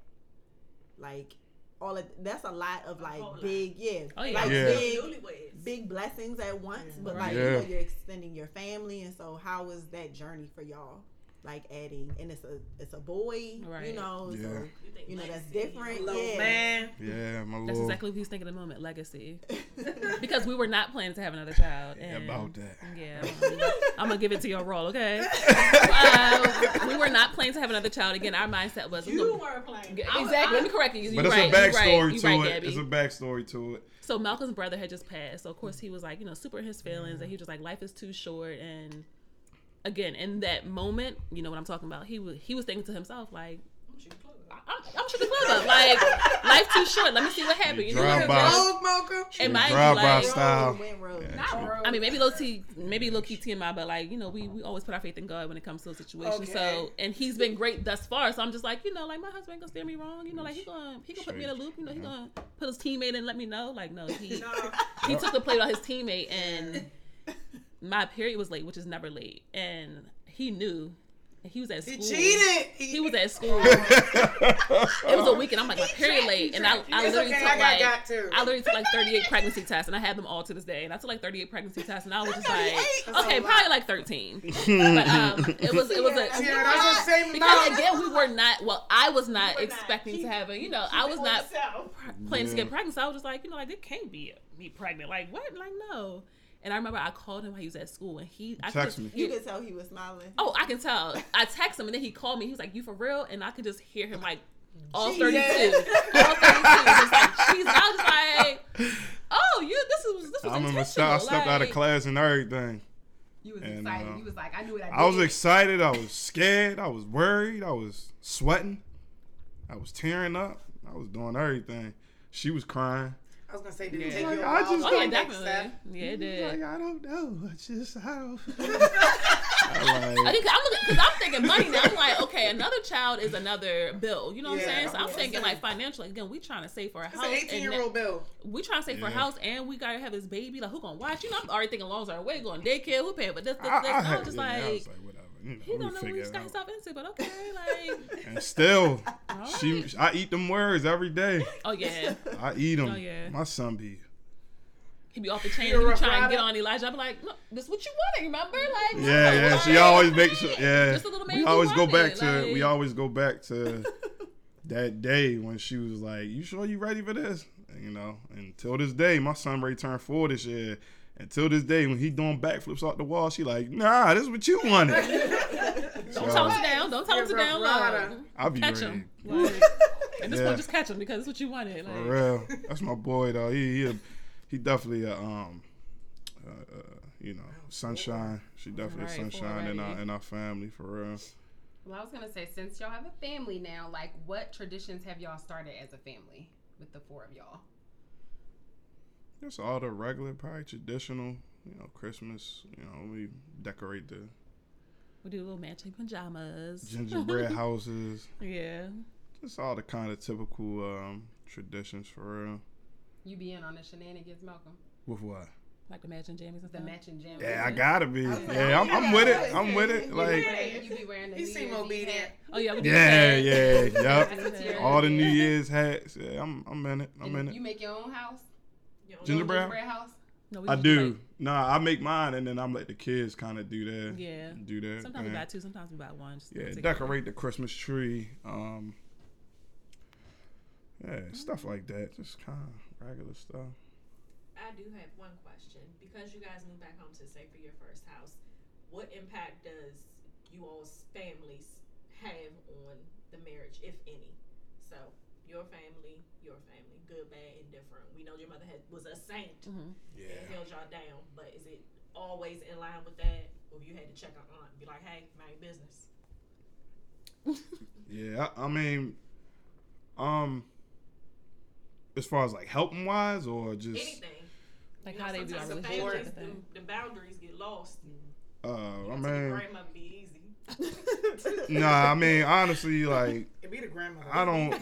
[SPEAKER 3] Like all of that's a lot of like
[SPEAKER 7] whole lot.
[SPEAKER 3] big yeah,
[SPEAKER 4] Oh, yeah.
[SPEAKER 3] like
[SPEAKER 6] Yeah.
[SPEAKER 3] big
[SPEAKER 7] Newlyweds.
[SPEAKER 3] big blessings at once, but like you
[SPEAKER 6] Yeah.
[SPEAKER 3] know, you're extending your family and so how was that journey for y'all? Like adding and it's a it's a boy, you
[SPEAKER 4] Right.
[SPEAKER 3] know, so
[SPEAKER 6] Yeah.
[SPEAKER 7] You think
[SPEAKER 3] you know
[SPEAKER 7] Mike
[SPEAKER 3] that's
[SPEAKER 7] said
[SPEAKER 3] different.
[SPEAKER 2] Hello,
[SPEAKER 3] yeah.
[SPEAKER 2] man.
[SPEAKER 6] yeah, my
[SPEAKER 4] that's
[SPEAKER 6] little
[SPEAKER 4] exactly what he was thinking at the moment, legacy.
[SPEAKER 3] *laughs*
[SPEAKER 4] because we were not planning to have another child. And
[SPEAKER 6] about that.
[SPEAKER 4] Yeah, um, I'm gonna give it to your role, okay?
[SPEAKER 6] *laughs*
[SPEAKER 4] uh, we were not planning to have another child. Again, our mindset was
[SPEAKER 7] You were playing.
[SPEAKER 4] exactly. Let me correct you.
[SPEAKER 6] But
[SPEAKER 4] You're
[SPEAKER 6] it's
[SPEAKER 4] right.
[SPEAKER 6] a
[SPEAKER 4] You're
[SPEAKER 6] backstory
[SPEAKER 4] right.
[SPEAKER 6] to
[SPEAKER 4] You're right,
[SPEAKER 6] it.
[SPEAKER 4] Gabby.
[SPEAKER 6] It's a backstory to it.
[SPEAKER 4] So Malcolm's brother had just passed. So of course he was like, you know, super in his feelings, and he was just like, life is too short. And again, in that moment, you know what I'm talking about. He was he was thinking to himself like, I'm, I'm shooting club up. Like life too short. Let me see what happened. You know what
[SPEAKER 6] Drive
[SPEAKER 4] I'm
[SPEAKER 6] by,
[SPEAKER 2] Old Malcolm.
[SPEAKER 4] And mind you,
[SPEAKER 6] drive by
[SPEAKER 4] like,
[SPEAKER 6] style.
[SPEAKER 3] Went road.
[SPEAKER 6] Yeah,
[SPEAKER 5] Not
[SPEAKER 6] true.
[SPEAKER 5] road.
[SPEAKER 4] I mean, maybe low T, maybe low key TMI, but like you know, we we always put our faith in God when it comes to a situation. So,
[SPEAKER 2] Okay.
[SPEAKER 4] and he's been great thus far. So I'm just like, you know, like my husband ain't gonna steer me wrong. You know, like he gonna he gonna put me in a loop. You know, he gonna put his teammate and let me know. Like no, he he took the plate off his teammate, and my period was late, which is never late, and he knew. And He was at
[SPEAKER 2] He
[SPEAKER 4] school.
[SPEAKER 2] cheated.
[SPEAKER 4] He was at school. *laughs* It was
[SPEAKER 6] *laughs*
[SPEAKER 4] a week, and I'm like my period late, and I I
[SPEAKER 2] It's
[SPEAKER 4] literally
[SPEAKER 2] okay. I
[SPEAKER 4] took
[SPEAKER 2] got
[SPEAKER 4] like
[SPEAKER 2] got too.
[SPEAKER 4] I literally took like 38 pregnancy tests, and I had them all to this day. And I took like 38 pregnancy tests, and I was just like, okay, probably like 13. But um, it was it was a
[SPEAKER 2] yeah, that's the same
[SPEAKER 4] because
[SPEAKER 2] amount.
[SPEAKER 4] again we were not well, I was not
[SPEAKER 7] were not.
[SPEAKER 4] expecting to have a you know I was not planning to get pregnant. So I was just like, you know, like it can't be me pregnant. Like what? Like no. And I remember I called him while he was at school, and he I
[SPEAKER 6] Text
[SPEAKER 4] could-
[SPEAKER 6] me.
[SPEAKER 3] You could tell he was smiling.
[SPEAKER 4] Oh, I can tell. I text him and then he called me. He was like, "You for real?" And I could just hear him like, "All thirty-two, all thirty-two.
[SPEAKER 2] *laughs*
[SPEAKER 4] Just like, "Jeez." I was just like, "Oh, you. This was this was
[SPEAKER 6] I remember st-
[SPEAKER 4] intentional."
[SPEAKER 6] I stepped out of
[SPEAKER 4] like-
[SPEAKER 6] class and everything.
[SPEAKER 5] You was
[SPEAKER 6] And,
[SPEAKER 5] excited.
[SPEAKER 6] uh,
[SPEAKER 5] you was like, I knew what I did.
[SPEAKER 6] I was excited. I was scared. I was worried. I was sweating. I was tearing up. I was doing everything. She was crying.
[SPEAKER 2] I was gonna say, did it take you a
[SPEAKER 6] I
[SPEAKER 2] while? to
[SPEAKER 6] just
[SPEAKER 4] Oh yeah,
[SPEAKER 2] take that
[SPEAKER 4] definitely.
[SPEAKER 2] step? *laughs*
[SPEAKER 4] Yeah, it
[SPEAKER 6] Like,
[SPEAKER 4] did.
[SPEAKER 6] I don't know. It's just I don't.
[SPEAKER 4] *laughs*
[SPEAKER 6] *laughs* I
[SPEAKER 4] I
[SPEAKER 6] like,
[SPEAKER 4] think I'm because I'm thinking money now. I'm like, okay, another child is another bill. You know what
[SPEAKER 2] Yeah,
[SPEAKER 4] I'm saying? So I'm
[SPEAKER 2] yeah.
[SPEAKER 4] thinking like financially. Again, we trying to save for a
[SPEAKER 2] It's
[SPEAKER 4] house.
[SPEAKER 2] an
[SPEAKER 4] Oh, and
[SPEAKER 2] 18 year old bill.
[SPEAKER 4] we trying to save for a
[SPEAKER 6] Yeah.
[SPEAKER 4] house, and we gotta have this baby. Like, who gonna watch? You know, I'm already thinking longs are way going daycare. Who paying? But this, this,
[SPEAKER 6] I,
[SPEAKER 4] this.
[SPEAKER 6] I,
[SPEAKER 4] I
[SPEAKER 6] had,
[SPEAKER 4] was just
[SPEAKER 6] yeah, I
[SPEAKER 4] like.
[SPEAKER 6] was like, whatever. You know,
[SPEAKER 4] He
[SPEAKER 6] we
[SPEAKER 4] don't know what
[SPEAKER 6] figure
[SPEAKER 4] he's
[SPEAKER 6] it
[SPEAKER 4] got
[SPEAKER 6] out.
[SPEAKER 4] himself into, but okay,
[SPEAKER 6] *laughs*
[SPEAKER 4] like,
[SPEAKER 6] And
[SPEAKER 4] *laughs*
[SPEAKER 6] still,
[SPEAKER 4] all
[SPEAKER 6] she,
[SPEAKER 4] right.
[SPEAKER 6] I eat them words every day. *laughs*
[SPEAKER 4] oh yeah,
[SPEAKER 6] I eat them.
[SPEAKER 4] Oh, yeah.
[SPEAKER 6] My son be.
[SPEAKER 4] he be off the chain, he
[SPEAKER 2] You're
[SPEAKER 4] be
[SPEAKER 2] a
[SPEAKER 4] trying to get
[SPEAKER 2] rider.
[SPEAKER 4] on Elijah. I be like, look, this what you wanted, remember?
[SPEAKER 6] Yeah,
[SPEAKER 4] Like, no,
[SPEAKER 6] yeah.
[SPEAKER 4] like,
[SPEAKER 6] She
[SPEAKER 4] *laughs*
[SPEAKER 6] always makes sure. Yeah.
[SPEAKER 4] Just a little
[SPEAKER 6] We
[SPEAKER 4] baby
[SPEAKER 6] always go
[SPEAKER 4] running,
[SPEAKER 6] back to.
[SPEAKER 4] like-
[SPEAKER 6] We always go back to that day when she was like, "You sure you ready for this?" And, you know. Until this day, my son Ray turned four this year. Until this day, when he doing backflips off the wall, she like, "Nah, this is what you
[SPEAKER 4] *laughs*
[SPEAKER 6] wanted."
[SPEAKER 4] Don't
[SPEAKER 6] So-
[SPEAKER 4] tell him to down. Don't tell him to
[SPEAKER 2] You're a
[SPEAKER 4] down
[SPEAKER 2] rider.
[SPEAKER 4] low.
[SPEAKER 6] *laughs* I'll be
[SPEAKER 4] Catch
[SPEAKER 6] ready.
[SPEAKER 4] him. Like, at this
[SPEAKER 6] Yeah.
[SPEAKER 4] point, just catch him because it's what you wanted.
[SPEAKER 6] For
[SPEAKER 4] Like,
[SPEAKER 6] *laughs* real, that's my boy though. He he, a- he definitely a um, uh, uh, you know, sunshine. She definitely
[SPEAKER 4] Right,
[SPEAKER 6] sunshine in our
[SPEAKER 4] already.
[SPEAKER 6] in our family for real.
[SPEAKER 5] Well, I was gonna say, since y'all have a family now, like, what traditions have y'all started as a family with the four of y'all?
[SPEAKER 6] Just all the regular, probably traditional you know, Christmas, you know, we decorate *laughs* the
[SPEAKER 4] We do little matching pajamas.
[SPEAKER 6] gingerbread houses.
[SPEAKER 4] *laughs* yeah.
[SPEAKER 6] Just all the kind of typical um, traditions for real.
[SPEAKER 5] You be in on the shenanigans, Malcolm.
[SPEAKER 6] With what?
[SPEAKER 4] Like the matching jammies and
[SPEAKER 5] The
[SPEAKER 4] stuff.
[SPEAKER 5] matching jam.
[SPEAKER 6] Yeah, I gotta be. Yeah, I'm, I'm with it. I'm with it. Like, *laughs*
[SPEAKER 5] You be wearing the
[SPEAKER 2] He
[SPEAKER 5] New
[SPEAKER 2] seem
[SPEAKER 5] Year's Eve
[SPEAKER 2] obedient.
[SPEAKER 5] hat.
[SPEAKER 4] Oh yeah. We do
[SPEAKER 6] yeah,
[SPEAKER 4] that.
[SPEAKER 6] yeah, yup.
[SPEAKER 5] That's what you're
[SPEAKER 6] All the
[SPEAKER 5] doing.
[SPEAKER 6] New Year's hats. Yeah, I'm, I'm in it. I'm in
[SPEAKER 5] And You
[SPEAKER 6] it.
[SPEAKER 5] make your own house?
[SPEAKER 7] You know,
[SPEAKER 6] Gingerbread?
[SPEAKER 5] Gingerbread house?
[SPEAKER 4] No, we
[SPEAKER 6] I
[SPEAKER 4] just
[SPEAKER 6] do. Nah, I make mine, and then I'm let the kids kind of do
[SPEAKER 4] like-
[SPEAKER 6] that.
[SPEAKER 4] yeah.
[SPEAKER 6] Do that.
[SPEAKER 4] Sometimes we
[SPEAKER 6] thing.
[SPEAKER 4] buy two. Sometimes we buy one. Just
[SPEAKER 6] Yeah,
[SPEAKER 4] take-
[SPEAKER 6] decorate the Christmas tree. Um, yeah, stuff like that. Just kind of regular stuff.
[SPEAKER 7] I do have one question. Because you guys moved back home to say for your first house, what impact does you all's families have on the marriage, if any? So your family, your family, good, bad, indifferent. We know your mother had, was a saint and held y'all down, but is it always in line with that? Or you had to check on aunt and be like, hey, mind your business.
[SPEAKER 6] Yeah, I, I mean, um, as far as like helping wise or just,
[SPEAKER 7] Anything.
[SPEAKER 4] Like
[SPEAKER 7] You know,
[SPEAKER 4] how they do our
[SPEAKER 7] sometimes the
[SPEAKER 4] relationship.
[SPEAKER 7] families,
[SPEAKER 4] and thing.
[SPEAKER 7] the, the boundaries get lost.
[SPEAKER 6] uh, I
[SPEAKER 7] So your
[SPEAKER 6] mean,
[SPEAKER 7] grandma be easy.
[SPEAKER 4] *laughs*
[SPEAKER 6] nah, I mean, honestly, like,
[SPEAKER 9] It'd be the grandmother.
[SPEAKER 6] I
[SPEAKER 4] *laughs*
[SPEAKER 6] don't,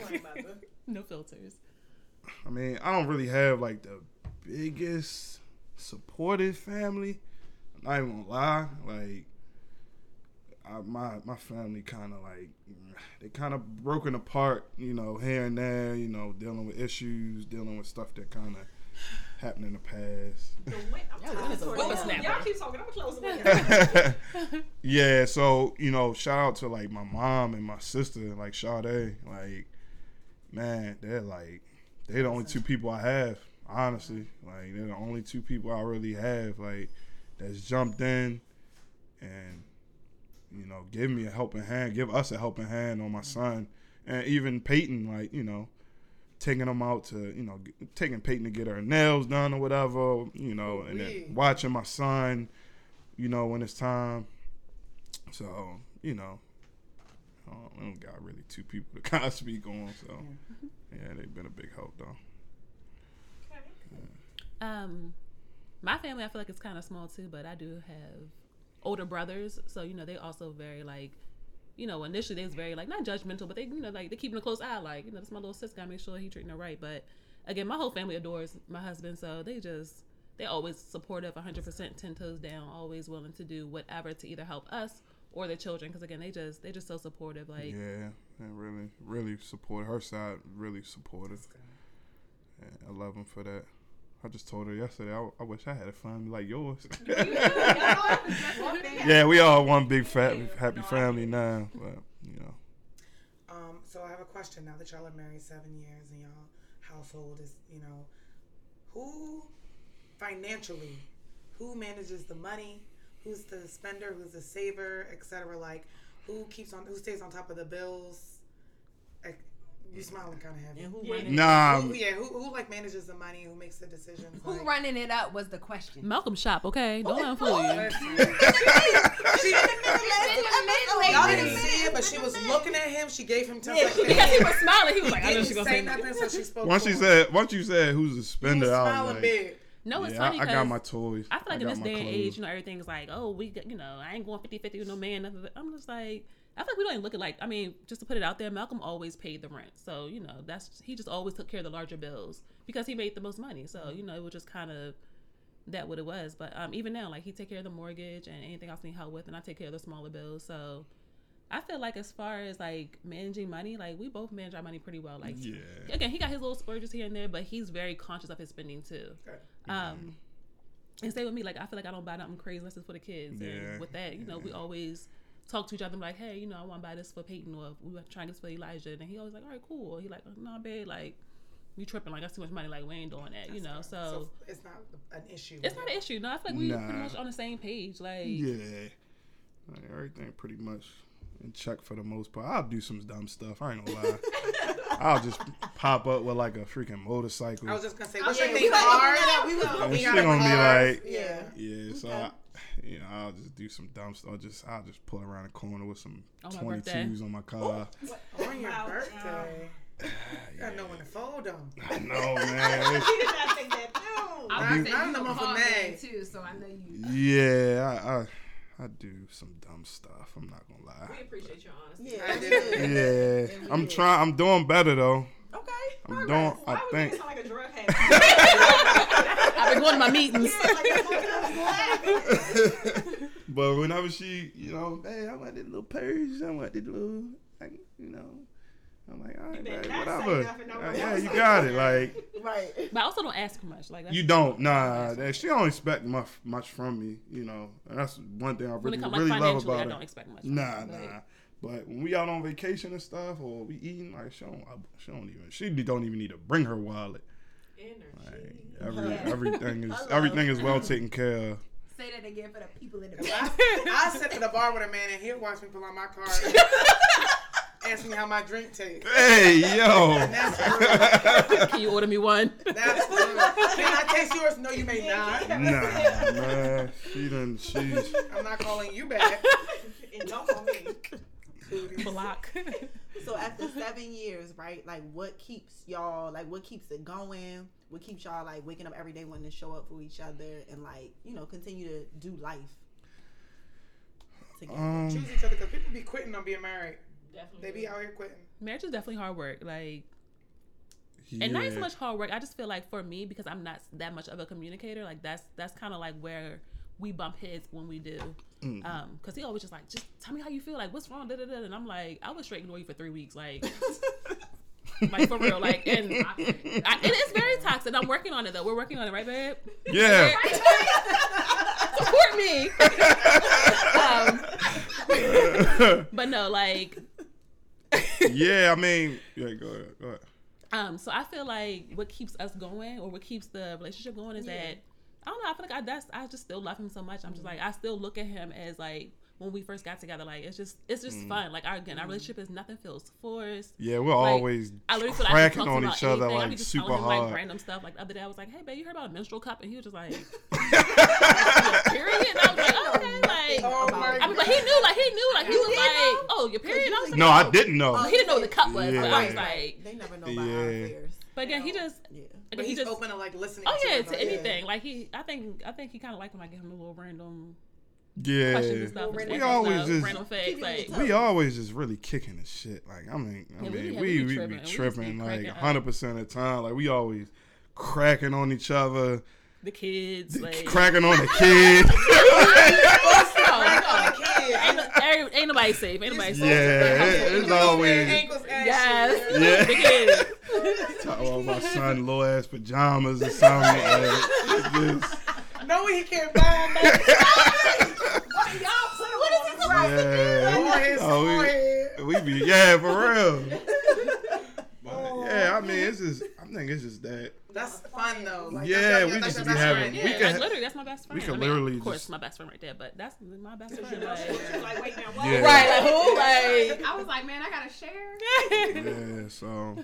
[SPEAKER 4] No filters.
[SPEAKER 6] I mean, I don't really have like the biggest supportive family. I'm not even gonna lie, like I, my my family kind of like they kind of broken apart, you know, here and there, you know, dealing with issues, dealing with stuff that kind of happened in the
[SPEAKER 7] The win- I'm tired of talking.
[SPEAKER 4] whippersnapper.
[SPEAKER 7] Y'all keep talking. I'm gonna close the window.
[SPEAKER 4] *laughs*
[SPEAKER 6] past. *laughs* yeah, so you know, shout out to like my mom and my sister, like Sade, like man, they're like they're the only two people I have. Honestly, like they're the only two people I really have. Like that's jumped in and you know give me a helping hand, give us a helping hand on my son, and even Peyton. Like you know. Taking them out to, you know, g- taking Peyton to get her nails done or whatever, you know, and then watching my son, you know, when it's time. So, you know, I don't, I don't got really two people to *laughs* kind of speak on. So, yeah, they've been a big help though.
[SPEAKER 4] Um, my family, I feel like it's kind of small too, but I do have older brothers, so you know they also very like, you know, initially they was very like not judgmental, but they you know like they keeping a close eye, like you know that's my little sis, gotta make sure he treating her right. But again, my whole family adores my husband, so they just they always supportive, 100%, ten toes down, always willing to do whatever to either help us or the children, because again they just they just so supportive, like
[SPEAKER 6] Yeah, and really, really support her side. Really supportive. And I love them for that. I just told her yesterday. I, I wish I had a family like
[SPEAKER 2] *laughs*
[SPEAKER 6] yours. Oh, *laughs*
[SPEAKER 5] *laughs*
[SPEAKER 6] yeah, we all one big fat happy family now. But you know,
[SPEAKER 2] Um, so I have a question now that y'all are married seven years and y'all household is, you know, who financially, who manages the money, who's the spender, who's the saver, etc. Like, who keeps on, who stays on top of the bills? Like, you smiling kind of heavy.
[SPEAKER 3] Mm-hmm. And who
[SPEAKER 7] Yeah.
[SPEAKER 3] running?
[SPEAKER 6] nah, *laughs*
[SPEAKER 2] Who- yeah, who, who like manages the money? Who makes the decisions?
[SPEAKER 5] Who
[SPEAKER 2] like-
[SPEAKER 5] running it up was the question.
[SPEAKER 4] Malcolm shop, okay, don't let him
[SPEAKER 5] Oh,
[SPEAKER 4] *laughs* fool you.
[SPEAKER 5] *laughs*
[SPEAKER 2] Y'all didn't see it, but she was looking at him. She gave him ten seconds.
[SPEAKER 4] Because
[SPEAKER 5] *laughs*
[SPEAKER 4] he was smiling, he was like, I know
[SPEAKER 2] Didn't
[SPEAKER 4] she's gonna
[SPEAKER 2] say
[SPEAKER 4] say that.
[SPEAKER 2] nothing, so she spoke.
[SPEAKER 6] once you
[SPEAKER 2] for him.
[SPEAKER 6] said once you said who's the
[SPEAKER 2] He
[SPEAKER 6] spender,
[SPEAKER 2] was
[SPEAKER 6] I was
[SPEAKER 2] smiling
[SPEAKER 6] like,
[SPEAKER 2] big.
[SPEAKER 4] No, Oh, it's
[SPEAKER 6] yeah,
[SPEAKER 4] funny
[SPEAKER 6] I, I
[SPEAKER 4] 'cause-
[SPEAKER 6] got my toys.
[SPEAKER 4] I feel like in
[SPEAKER 6] got
[SPEAKER 4] this
[SPEAKER 6] my
[SPEAKER 4] day and age,
[SPEAKER 6] clothes.
[SPEAKER 4] you know, everything's like, oh, we, got- you know, I ain't going 50 50 with no man. nothing, but I'm just like, I feel like we don't even look at like, I mean, just to put it out there, Malcolm always paid the rent. So, you know, that's, he just always took care of the larger bills because he made the most money. So, you know, it was just kind of that what it was. But um, even now, like, he take care of the mortgage and anything else I need help with, and I take care of the smaller bills. So, I feel like as far as like managing money, like we both manage our money pretty well. Like,
[SPEAKER 6] Yeah.
[SPEAKER 4] again, he got his little splurges here and there, but he's very conscious of his spending too. Um, and stay with me. Like I feel like I don't buy nothing crazy unless it's for the kids.
[SPEAKER 6] Yeah.
[SPEAKER 4] And with that, you know, we always talk to each other. I'm like, hey, you know, I want to buy this for Peyton, or we were trying to get this for Elijah, and he always like, all right, cool. Or he like, no, babe, like you tripping. Like that's too much money. Like we ain't doing that, you know. So,
[SPEAKER 2] So it's not an issue.
[SPEAKER 4] Oh. it's not an issue. No, I feel like we pretty
[SPEAKER 6] Nah.
[SPEAKER 4] much on the same page. Like
[SPEAKER 6] Yeah. Like, everything pretty much in check for the most part. I'll do some dumb stuff. I ain't gonna
[SPEAKER 4] *laughs*
[SPEAKER 6] lie. I'll just pop up with like a freaking motorcycle.
[SPEAKER 4] Oh,
[SPEAKER 2] I was just gonna say, what's
[SPEAKER 7] Oh, yeah,
[SPEAKER 2] your
[SPEAKER 7] we
[SPEAKER 2] thing?
[SPEAKER 7] like-
[SPEAKER 2] Hard.
[SPEAKER 3] We was
[SPEAKER 6] and
[SPEAKER 2] we
[SPEAKER 6] she
[SPEAKER 2] got a
[SPEAKER 6] gonna be
[SPEAKER 2] car.
[SPEAKER 6] like,
[SPEAKER 3] *laughs* yeah.
[SPEAKER 6] yeah. So I, you know, I'll just do some dumb stuff. I'll just I'll just pull around the corner with some
[SPEAKER 4] On my
[SPEAKER 6] twenty
[SPEAKER 4] birthday.
[SPEAKER 6] twos on my car.
[SPEAKER 2] On your birthday. You got no one to fold them.
[SPEAKER 4] *laughs*
[SPEAKER 6] I know, man. It's-
[SPEAKER 7] Did I think that?
[SPEAKER 2] No,
[SPEAKER 7] No.
[SPEAKER 2] not,
[SPEAKER 5] I was gonna
[SPEAKER 6] You-
[SPEAKER 5] say
[SPEAKER 2] not
[SPEAKER 5] you
[SPEAKER 2] in the
[SPEAKER 5] a
[SPEAKER 2] month of
[SPEAKER 5] hard
[SPEAKER 2] May.
[SPEAKER 5] man too, so I know you.
[SPEAKER 6] Yeah, I, I I do some dumb stuff. I'm not gonna
[SPEAKER 4] *laughs*
[SPEAKER 6] lie.
[SPEAKER 7] We appreciate your honesty.
[SPEAKER 3] Yeah,
[SPEAKER 2] I
[SPEAKER 3] that's
[SPEAKER 2] did.
[SPEAKER 3] *laughs* good.
[SPEAKER 6] Yeah,
[SPEAKER 3] And
[SPEAKER 6] I'm
[SPEAKER 3] we-
[SPEAKER 6] trying. I'm doing better though.
[SPEAKER 3] Okay.
[SPEAKER 6] I'm doing.
[SPEAKER 7] Why
[SPEAKER 6] I
[SPEAKER 7] would you
[SPEAKER 6] think.
[SPEAKER 7] sound like a drug
[SPEAKER 6] *laughs*
[SPEAKER 7] habit?
[SPEAKER 4] I've been going to my meetings.
[SPEAKER 6] *laughs*
[SPEAKER 7] *laughs*
[SPEAKER 6] but whenever she, you know, hey, I want this little purge. I want this little, like, you know. I'm like, all right,
[SPEAKER 7] better
[SPEAKER 6] like,
[SPEAKER 7] not say
[SPEAKER 6] whatever.
[SPEAKER 7] nothing over
[SPEAKER 6] Like,
[SPEAKER 7] my
[SPEAKER 6] yeah, you
[SPEAKER 7] side.
[SPEAKER 6] got it. Like,
[SPEAKER 3] Right.
[SPEAKER 4] But I also don't ask for much. Like that's,
[SPEAKER 6] you don't. Nah, that, she don't expect much, much from me. You know, and that's one thing I
[SPEAKER 4] when
[SPEAKER 6] really,
[SPEAKER 4] it comes
[SPEAKER 6] really
[SPEAKER 4] like
[SPEAKER 6] love
[SPEAKER 4] financially, I
[SPEAKER 6] about
[SPEAKER 4] don't
[SPEAKER 6] it.
[SPEAKER 4] expect much.
[SPEAKER 6] Nah,
[SPEAKER 4] Like,
[SPEAKER 6] nah. But when we out on vacation and stuff, or we eating, like she don't, she don't even, she don't even need to bring her wallet.
[SPEAKER 7] Energy.
[SPEAKER 6] Every,
[SPEAKER 7] *laughs*
[SPEAKER 6] everything is, everything is well taken care of.
[SPEAKER 5] *laughs* Say that again for the people in the
[SPEAKER 2] I,
[SPEAKER 5] back.
[SPEAKER 2] I sit at the bar with a man and he'll watch me pull out my
[SPEAKER 4] *laughs*
[SPEAKER 2] card. Ask me how my drink tastes.
[SPEAKER 6] Hey yo.
[SPEAKER 4] Can you order me one?
[SPEAKER 2] That's good. Can I taste yours? No, you may not.
[SPEAKER 6] *laughs* nah, man. She done. She.
[SPEAKER 2] I'm not calling you back.
[SPEAKER 7] And don't call me.
[SPEAKER 4] *laughs* Block. *laughs*
[SPEAKER 3] So after seven years, right? Like, what keeps y'all? Like, what keeps it going? What keeps y'all like waking up every day wanting to show up for each other and like you know continue to do life together?
[SPEAKER 6] Um.
[SPEAKER 2] Choose each other because people be quitting on being married. They
[SPEAKER 7] Definitely.
[SPEAKER 2] be out here quitting.
[SPEAKER 4] Marriage is definitely hard work. Like
[SPEAKER 6] Yeah.
[SPEAKER 4] and not so much hard work. I just feel like for me, because I'm not that much of a communicator, like that's that's kind of like where we bump heads when we do.
[SPEAKER 6] Mm-hmm.
[SPEAKER 4] Um, 'cause because he always just like, just tell me how you feel, like what's wrong, da da da. And I'm like, I was straight ignore you for three weeks,
[SPEAKER 6] *laughs*
[SPEAKER 4] like, like for real, like, and I, I, it is very toxic. I'm working on it though. We're working on it, right, babe?
[SPEAKER 6] Yeah.
[SPEAKER 4] Support me. *laughs* um, but no, like,
[SPEAKER 6] *laughs* yeah. I mean. Yeah. Go ahead. Go ahead.
[SPEAKER 4] Um, so I feel like what keeps us going or what keeps the relationship going is that I don't know. I feel like I that's I just still love him so much. I'm just like I still look at him as like when we first got together. Like it's just it's just fun. Like our, again, our relationship is nothing feels forced.
[SPEAKER 6] Yeah. We're
[SPEAKER 4] Like,
[SPEAKER 6] always
[SPEAKER 4] I literally feel like I
[SPEAKER 6] cracking
[SPEAKER 4] can
[SPEAKER 6] on
[SPEAKER 4] talk to him
[SPEAKER 6] each
[SPEAKER 4] about
[SPEAKER 6] other
[SPEAKER 4] anything. I
[SPEAKER 6] like
[SPEAKER 4] be just
[SPEAKER 6] super
[SPEAKER 4] telling him, like,
[SPEAKER 6] hard.
[SPEAKER 4] random stuff. Like the other day, I was like, "Hey, babe, you heard about a menstrual cup?" And he was just like, "Period." And I
[SPEAKER 6] *laughs*
[SPEAKER 4] was like, "Okay." Like
[SPEAKER 2] Oh my
[SPEAKER 4] I mean, but he knew. Like he knew. Like he was like, "Oh, your period." And I was like, oh,
[SPEAKER 6] No, I didn't know.
[SPEAKER 4] He didn't know what the cup was. So I
[SPEAKER 6] Yeah.
[SPEAKER 4] was like,
[SPEAKER 3] They never know about our
[SPEAKER 6] Yeah.
[SPEAKER 3] affairs.
[SPEAKER 4] but again, he just.
[SPEAKER 3] Yeah.
[SPEAKER 2] But
[SPEAKER 4] Again, he
[SPEAKER 2] he's
[SPEAKER 4] just
[SPEAKER 2] open to like listening.
[SPEAKER 4] Oh yeah,
[SPEAKER 2] us.
[SPEAKER 4] to anything. Like he, I think, I think he kind of like when I give him a little random questions and
[SPEAKER 6] yeah.
[SPEAKER 4] stuff.
[SPEAKER 6] We
[SPEAKER 4] and
[SPEAKER 6] always
[SPEAKER 4] stuff,
[SPEAKER 6] just-
[SPEAKER 4] random facts. Like
[SPEAKER 6] We always just really kicking the shit. Like I mean, I
[SPEAKER 4] Yeah, we
[SPEAKER 6] mean,
[SPEAKER 4] be-
[SPEAKER 6] we we,
[SPEAKER 4] we be tripping.
[SPEAKER 6] be
[SPEAKER 4] We just be
[SPEAKER 6] tripping like
[SPEAKER 4] cracking up.
[SPEAKER 6] hundred percent of the time. Like we always cracking on each other,
[SPEAKER 4] the kids, like *laughs*
[SPEAKER 6] cracking on the kids.
[SPEAKER 4] oh,
[SPEAKER 2] Kids.
[SPEAKER 4] ain't, no- ain't, ain't nobody safe. Ain't nobody
[SPEAKER 6] *laughs*
[SPEAKER 4] safe.
[SPEAKER 6] yeah, it- it's always
[SPEAKER 2] Ankles, ass,
[SPEAKER 4] Yes.
[SPEAKER 6] Yeah.
[SPEAKER 4] The kids.
[SPEAKER 6] Talk about my son low ass pajamas or
[SPEAKER 4] *laughs*
[SPEAKER 6] something. like, it's just-
[SPEAKER 2] shit. No, he can't buy no
[SPEAKER 6] yeah.
[SPEAKER 2] forehead,
[SPEAKER 6] Oh, we-
[SPEAKER 2] forehead.
[SPEAKER 6] we be yeah for real.
[SPEAKER 4] *laughs*
[SPEAKER 6] But, yeah, I mean it's just I think it's just that
[SPEAKER 2] That's fun though. Like,
[SPEAKER 6] Yeah,
[SPEAKER 2] that's-
[SPEAKER 6] we
[SPEAKER 2] that's
[SPEAKER 6] just
[SPEAKER 2] your
[SPEAKER 6] be
[SPEAKER 2] best
[SPEAKER 6] having-
[SPEAKER 2] friend.
[SPEAKER 6] *laughs* we
[SPEAKER 4] Yeah,
[SPEAKER 6] could-
[SPEAKER 2] Yeah.
[SPEAKER 4] like literally, that's my best friend.
[SPEAKER 6] could
[SPEAKER 4] I mean,
[SPEAKER 6] literally
[SPEAKER 4] of course,
[SPEAKER 6] just-
[SPEAKER 4] my best friend right there. But that's my best friend.
[SPEAKER 7] Like,
[SPEAKER 4] Like, *laughs*
[SPEAKER 7] like, wait, now what?
[SPEAKER 6] yeah,
[SPEAKER 4] right, like who, like.
[SPEAKER 5] I was like, man, I gotta share.
[SPEAKER 6] yeah. So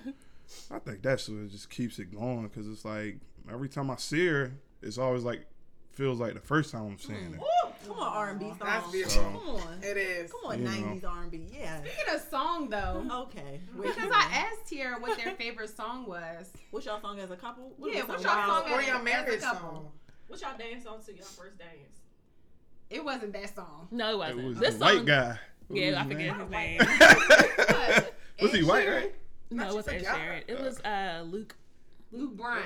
[SPEAKER 6] I think that's what just keeps it going because it's like every time I see her, it's always like feels like the first time I'm seeing her.
[SPEAKER 3] Come on, R and B
[SPEAKER 2] That's
[SPEAKER 3] songs.
[SPEAKER 2] beautiful.
[SPEAKER 3] Come on.
[SPEAKER 2] It is.
[SPEAKER 3] Come on,
[SPEAKER 6] You know.
[SPEAKER 3] nineties R and B. Yeah.
[SPEAKER 5] Speaking of song though,
[SPEAKER 3] Oh, Okay. Where
[SPEAKER 5] because
[SPEAKER 3] you
[SPEAKER 5] I
[SPEAKER 3] at?
[SPEAKER 5] asked Tiara what their favorite song was.
[SPEAKER 3] what's y'all song as a couple? What
[SPEAKER 5] Yeah,
[SPEAKER 3] was
[SPEAKER 5] what's
[SPEAKER 3] y'all
[SPEAKER 5] y'all
[SPEAKER 3] song?
[SPEAKER 5] song
[SPEAKER 2] Oh, Or
[SPEAKER 5] as-
[SPEAKER 2] your
[SPEAKER 5] as a
[SPEAKER 2] marriage
[SPEAKER 5] couple?
[SPEAKER 2] song.
[SPEAKER 7] What y'all dance on to y'all first dance?
[SPEAKER 5] It wasn't that song.
[SPEAKER 4] *laughs* No, it
[SPEAKER 6] It
[SPEAKER 4] wasn't.
[SPEAKER 6] was
[SPEAKER 4] this
[SPEAKER 6] the
[SPEAKER 4] song,
[SPEAKER 6] white guy. What
[SPEAKER 4] Yeah,
[SPEAKER 6] was
[SPEAKER 4] I
[SPEAKER 6] his name?
[SPEAKER 4] forget *laughs* his name.
[SPEAKER 5] But
[SPEAKER 6] *laughs* Was he
[SPEAKER 5] Ed
[SPEAKER 6] white?
[SPEAKER 5] Sheeran-
[SPEAKER 6] Right?
[SPEAKER 4] No, it
[SPEAKER 2] you
[SPEAKER 4] wasn't Ed
[SPEAKER 2] forgot.
[SPEAKER 4] Sheeran. It was uh, Luke.
[SPEAKER 5] Luke Bryan.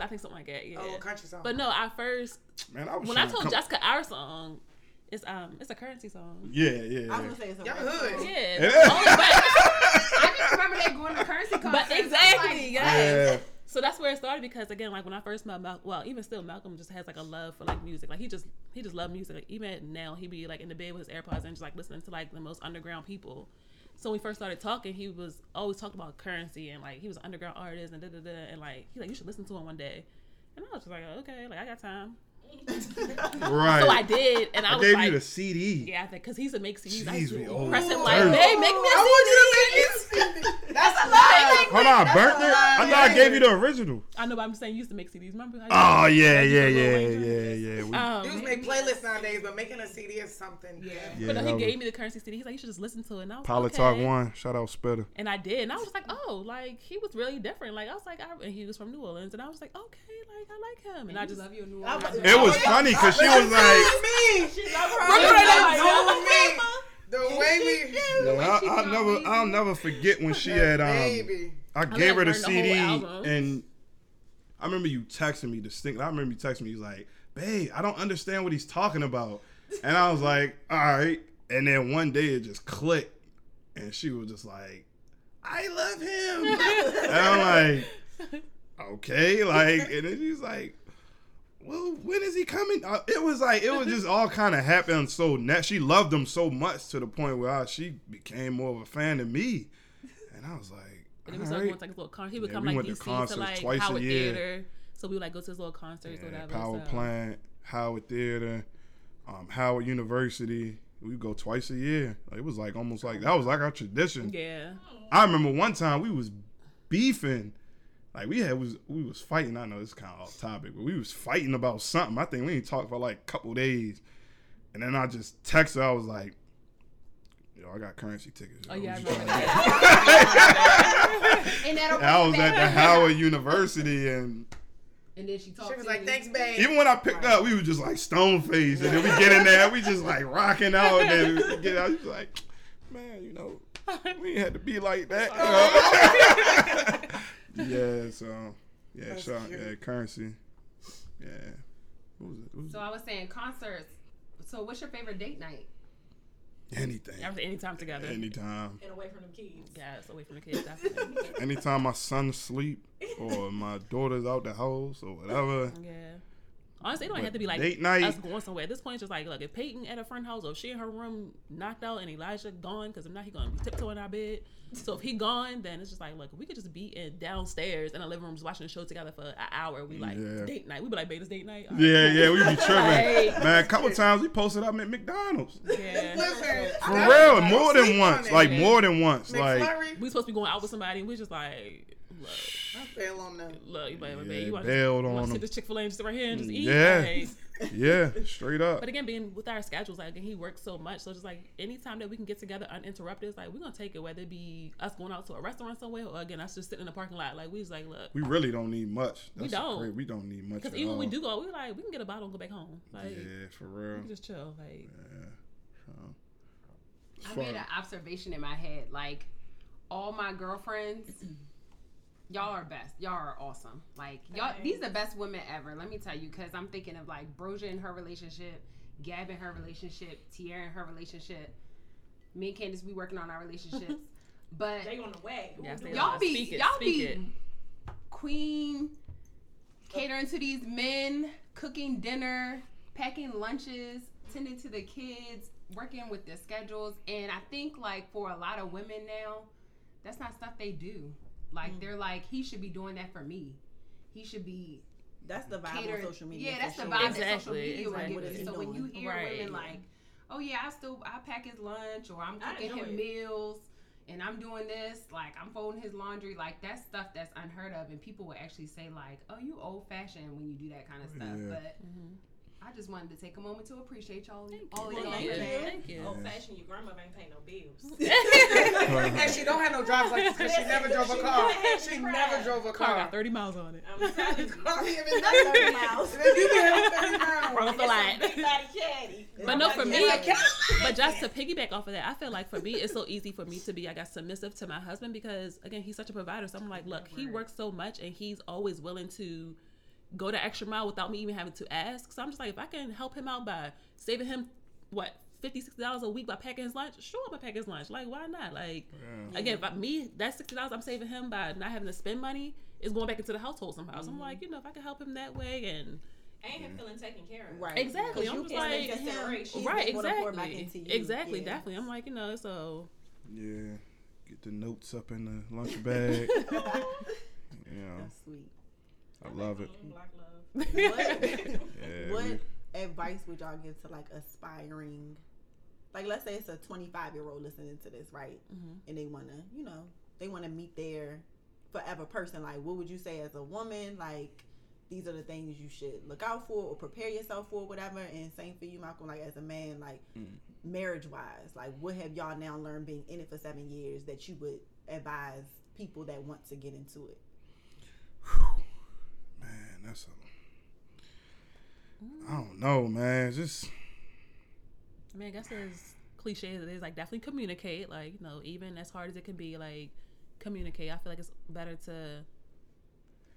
[SPEAKER 4] I think something like that. Yeah.
[SPEAKER 2] Oh, country song.
[SPEAKER 4] But no, our first
[SPEAKER 6] Man, I was
[SPEAKER 4] when I
[SPEAKER 6] trying to
[SPEAKER 4] told
[SPEAKER 6] come-
[SPEAKER 4] Jessica our song, it's um it's a
[SPEAKER 6] *laughs*
[SPEAKER 4] currency song.
[SPEAKER 6] Yeah, yeah. yeah.
[SPEAKER 3] I was gonna say it's a
[SPEAKER 2] Y'all
[SPEAKER 3] rap
[SPEAKER 2] hood.
[SPEAKER 3] song.
[SPEAKER 4] Yeah.
[SPEAKER 6] is.
[SPEAKER 4] it's only- but-
[SPEAKER 5] I just remember they going to currency concert.
[SPEAKER 4] but, exactly, yes.
[SPEAKER 6] yeah.
[SPEAKER 4] So that's where it started because again, like when I first met Malcolm, well, even still Malcolm just has like a love for like music. Like he just he just loved music. Like even now he be like in the bed with his AirPods and just like listening to like the most underground people. So when we first started talking, he was always talking about currency and like he was an underground artist and da da da and like he like you should listen to him one day. And I was just like, okay, like I got time.
[SPEAKER 6] Right.
[SPEAKER 4] So *laughs* I did, and I,
[SPEAKER 6] I
[SPEAKER 4] was
[SPEAKER 6] gave
[SPEAKER 4] like,
[SPEAKER 6] you the CD.
[SPEAKER 4] Yeah, I think because he's a make CDs. I
[SPEAKER 6] Jeez,
[SPEAKER 4] used
[SPEAKER 6] we
[SPEAKER 4] to
[SPEAKER 6] old.
[SPEAKER 4] press him
[SPEAKER 6] Ooh.
[SPEAKER 4] like, hey, make me a
[SPEAKER 2] I want you to make me. That's a lie.
[SPEAKER 6] Hold on, I burnt it. I thought I gave you the original.
[SPEAKER 4] I know, but I'm saying you used to make CDs. Remember?
[SPEAKER 6] Oh yeah, yeah, yeah, yeah, yeah. We-
[SPEAKER 4] Um,
[SPEAKER 2] Dudes make playlists nowadays, but making a CD is something. Yeah.
[SPEAKER 6] yeah
[SPEAKER 4] but no,
[SPEAKER 6] that
[SPEAKER 4] he
[SPEAKER 6] was-
[SPEAKER 4] gave me the currency CD. He's like, you should just listen to it. And I was
[SPEAKER 6] Pilot
[SPEAKER 4] like,
[SPEAKER 6] Talk
[SPEAKER 4] okay.
[SPEAKER 6] One. Shout out Spitter.
[SPEAKER 4] And I did, and I was just like, oh, like he was really different. Like I was like, I, and he was from New Orleans, and I was like, okay, like I like him, and I just
[SPEAKER 5] love your new
[SPEAKER 3] I
[SPEAKER 5] Orleans.
[SPEAKER 3] was-
[SPEAKER 6] It was funny because she was like,
[SPEAKER 2] Me.
[SPEAKER 4] I
[SPEAKER 2] The way we.
[SPEAKER 6] Yeah, I, I'll never, I'll never forget when she had um,
[SPEAKER 2] Baby.
[SPEAKER 6] I gave her the
[SPEAKER 4] learned the whole
[SPEAKER 6] CD
[SPEAKER 4] album.
[SPEAKER 6] and I remember you texting me distinctly. I remember you texting me. He's like, "Babe, I don't understand what he's talking about," and I was like, "All right." And then one day it just clicked, and she was just like, "I love him," and I'm like okay, like, and then she's like, well, when is he coming? Uh, it was like, it was just all kind of happened so net. She loved him so much to the point where I, she became more of a fan than me, and I was like,
[SPEAKER 4] And then we
[SPEAKER 6] all
[SPEAKER 4] started
[SPEAKER 6] right.
[SPEAKER 4] going to like his little concert. He would
[SPEAKER 6] Yeah,
[SPEAKER 4] come
[SPEAKER 6] we
[SPEAKER 4] like
[SPEAKER 6] went to
[SPEAKER 4] DC to,
[SPEAKER 6] concerts
[SPEAKER 4] like
[SPEAKER 6] twice a
[SPEAKER 4] Howard
[SPEAKER 6] year.
[SPEAKER 4] Theater, so we would like go to his little concerts or
[SPEAKER 6] Yeah,
[SPEAKER 4] whatever.
[SPEAKER 6] Power
[SPEAKER 4] so.
[SPEAKER 6] Plant, Howard Theater, um, Howard University. We go twice a year. Like, it was like almost like that was like our tradition.
[SPEAKER 4] Yeah,
[SPEAKER 6] I remember one time we was beefing. Like we had was we was fighting. I know this kind of off topic, but we was fighting about something. I think we ain't talked for like a couple days, and then I just texted. her, I was like, "Yo, I got currency tickets." yo. *laughs*
[SPEAKER 4] oh yeah, I
[SPEAKER 6] What you
[SPEAKER 4] remember
[SPEAKER 6] tryna
[SPEAKER 4] that.
[SPEAKER 5] And,
[SPEAKER 6] do?" And I was
[SPEAKER 4] *laughs*
[SPEAKER 6] at the Howard University, and
[SPEAKER 5] and then she talked.
[SPEAKER 2] She
[SPEAKER 5] to
[SPEAKER 2] was like,
[SPEAKER 5] you.
[SPEAKER 2] thanks, babe.
[SPEAKER 6] even when I picked up, we was just like stone faced, and then we get in there, we just like rocking out, and then we get out. She's like, "Man, you know, we ain't had to be like that." *laughs* you know? yeah, so yeah,
[SPEAKER 2] That's
[SPEAKER 6] shout,
[SPEAKER 2] cute.
[SPEAKER 6] yeah, currency, yeah. What was it? What was
[SPEAKER 5] So I was saying concerts. So what's your favorite date night?
[SPEAKER 6] it? Anything,
[SPEAKER 4] After any time together.
[SPEAKER 6] anytime,
[SPEAKER 7] And away from them kids.
[SPEAKER 4] yeah, it's away from the kids. Definitely.
[SPEAKER 6] anytime my son's asleep or my daughter's out the house or whatever.
[SPEAKER 4] yeah. Honestly, it don't
[SPEAKER 6] But
[SPEAKER 4] have to be like
[SPEAKER 6] date night-
[SPEAKER 4] us going somewhere. At this point, it's just like, look, if Peyton at a friend house or if she in her room knocked out and Elijah gone, because if not, he gonna be tiptoeing our bed. So if he gone, then it's just like, look, we could just be in downstairs in the living rooms watching a show together for an hour. We like
[SPEAKER 6] Yeah.
[SPEAKER 4] date night. We be like, babe, it's date night. All right,
[SPEAKER 6] Yeah, yeah, we be tripping,
[SPEAKER 4] Right.
[SPEAKER 6] man. A couple times we posted up at McDonald's.
[SPEAKER 4] yeah.
[SPEAKER 2] Listen,
[SPEAKER 6] For
[SPEAKER 2] I-
[SPEAKER 6] real,
[SPEAKER 2] I
[SPEAKER 6] more
[SPEAKER 2] sleep
[SPEAKER 6] than
[SPEAKER 2] on
[SPEAKER 6] once.
[SPEAKER 2] it.
[SPEAKER 6] Like more than once. Like
[SPEAKER 2] McFlurry,
[SPEAKER 4] We supposed to be going out with somebody, and we just like, look,
[SPEAKER 2] I fell on them.
[SPEAKER 4] look, you, babe,
[SPEAKER 6] Yeah,
[SPEAKER 4] babe, you want
[SPEAKER 6] bailed on
[SPEAKER 4] to
[SPEAKER 6] them.
[SPEAKER 4] sit this Chick Fil A and just sit right here and just eat?
[SPEAKER 6] Yeah.
[SPEAKER 4] Like,
[SPEAKER 2] *laughs*
[SPEAKER 6] yeah, straight up.
[SPEAKER 4] But again, being with our schedules, like and he works so much, so it's just like anytime that we can get together uninterrupted, it's like we're gonna take it, whether it be us going out to a restaurant somewhere or again us just sitting in the parking lot. Like we was like, look,
[SPEAKER 6] We really don't need much.
[SPEAKER 4] We
[SPEAKER 6] That's the
[SPEAKER 4] don't.
[SPEAKER 6] cra- we don't need much.
[SPEAKER 4] because
[SPEAKER 6] at
[SPEAKER 4] even when we
[SPEAKER 6] all.
[SPEAKER 4] do go, we like we can get a bottle and go back home. Like
[SPEAKER 6] yeah, for
[SPEAKER 4] we
[SPEAKER 6] real.
[SPEAKER 4] can just chill. Like
[SPEAKER 5] I made an observation in my head. Like, all my girlfriends, y'all are best. Y'all are awesome. Like, y'all, these the best women ever. Let me tell you, because I'm thinking of like Broja in her relationship, Gab in her relationship, Tierra in her relationship. Me and Candace, we working on our relationships, but
[SPEAKER 7] They on the way.
[SPEAKER 4] Yes, they
[SPEAKER 5] y'all
[SPEAKER 4] are.
[SPEAKER 5] be
[SPEAKER 4] Speak it,
[SPEAKER 5] y'all
[SPEAKER 4] speak
[SPEAKER 5] be
[SPEAKER 4] it.
[SPEAKER 5] queen catering to these men, cooking dinner, packing lunches, tending to the kids, working with their schedules, and I think like for a lot of women now, that's not stuff they do.
[SPEAKER 4] Mm.
[SPEAKER 5] Like they're like he should be doing that for me. He should be
[SPEAKER 3] *laughs* That's the vibe
[SPEAKER 5] catering.
[SPEAKER 3] on social media.
[SPEAKER 5] Yeah, that's
[SPEAKER 3] for
[SPEAKER 5] the
[SPEAKER 3] sure.
[SPEAKER 5] vibe that social
[SPEAKER 4] Exactly,
[SPEAKER 5] media would
[SPEAKER 4] exactly.
[SPEAKER 5] give you. So when you hear
[SPEAKER 4] Right.
[SPEAKER 5] women like, "Oh yeah, I still I pack his lunch or I'm
[SPEAKER 7] I
[SPEAKER 5] cooking
[SPEAKER 7] enjoy
[SPEAKER 5] him
[SPEAKER 7] it.
[SPEAKER 5] meals and I'm doing this, like I'm folding his laundry," like that's stuff that's unheard of, and people will actually say like, "Oh, you old fashioned when you do that kind of stuff."
[SPEAKER 6] Yeah.
[SPEAKER 5] But I just wanted to take a moment to appreciate y'all. all
[SPEAKER 4] Well, Oh,
[SPEAKER 5] y'all.
[SPEAKER 4] Mm-hmm.
[SPEAKER 5] *laughs*
[SPEAKER 4] thank you, thank you.
[SPEAKER 7] Old fashioned, your grandmother ain't paying no bills.
[SPEAKER 4] *laughs*
[SPEAKER 6] uh,
[SPEAKER 2] And she don't have no drives like this because she never drove a car. She never drove a
[SPEAKER 4] Car got
[SPEAKER 2] car.
[SPEAKER 4] thirty miles on it.
[SPEAKER 7] I'm telling
[SPEAKER 2] *laughs*
[SPEAKER 7] you.
[SPEAKER 2] Car even that 30
[SPEAKER 5] *laughs*
[SPEAKER 2] miles. If you get 30 miles.
[SPEAKER 4] From
[SPEAKER 7] *laughs*
[SPEAKER 4] the lot.
[SPEAKER 7] Everybody caddy.
[SPEAKER 4] But no, for me,
[SPEAKER 2] Like,
[SPEAKER 4] but just to piggyback off of that, I feel like for me, it's so easy for me to be, I guess, submissive to my husband because, again, he's such a provider. So I'm like, look, he works so much and he's always willing to go the extra mile without me even having to ask. So I'm just like, if I can help him out by saving him, what, $56 a week by packing his lunch, sure, I'm going to pack his lunch. Like, why not? Like, again, by me, that $60 I'm saving him by not having to spend money is going back into the household somehow.
[SPEAKER 2] Mm-hmm.
[SPEAKER 4] So I'm like, you know, if I can help him that way and.
[SPEAKER 7] And him feeling taken care of.
[SPEAKER 3] Right.
[SPEAKER 4] Exactly.
[SPEAKER 3] 'Cause
[SPEAKER 4] I'm
[SPEAKER 3] you
[SPEAKER 4] just
[SPEAKER 3] can't
[SPEAKER 4] like,
[SPEAKER 3] just say,
[SPEAKER 7] right,
[SPEAKER 3] "She's
[SPEAKER 4] right,
[SPEAKER 3] just gonna pour back into
[SPEAKER 4] exactly.
[SPEAKER 3] you."
[SPEAKER 4] Exactly,
[SPEAKER 3] Yeah.
[SPEAKER 4] definitely. I'm like, you know, so
[SPEAKER 6] Yeah. Get the notes up in the lunch bag. yeah.
[SPEAKER 3] That's sweet.
[SPEAKER 6] I love it.
[SPEAKER 7] Black love.
[SPEAKER 3] *laughs*
[SPEAKER 4] *laughs*
[SPEAKER 3] What,
[SPEAKER 6] Yeah.
[SPEAKER 3] what
[SPEAKER 6] we-
[SPEAKER 3] advice would y'all give to like aspiring, like let's say it's a 25 year old listening to this, right? And they wanna, you know, they wanna meet their forever person, like what would you say as a woman? Like these are the things you should look out for or prepare yourself for, whatever. And same for you, Malcolm. Like as a man, like marriage wise, like what have y'all now learned being in it for seven years that you would advise people that want to get into it?
[SPEAKER 6] Man, that's a. I don't know, man. Just
[SPEAKER 4] I mean, I guess as cliche as it is, like definitely communicate. Like, you know, even as hard as it can be, like communicate. I feel like it's better to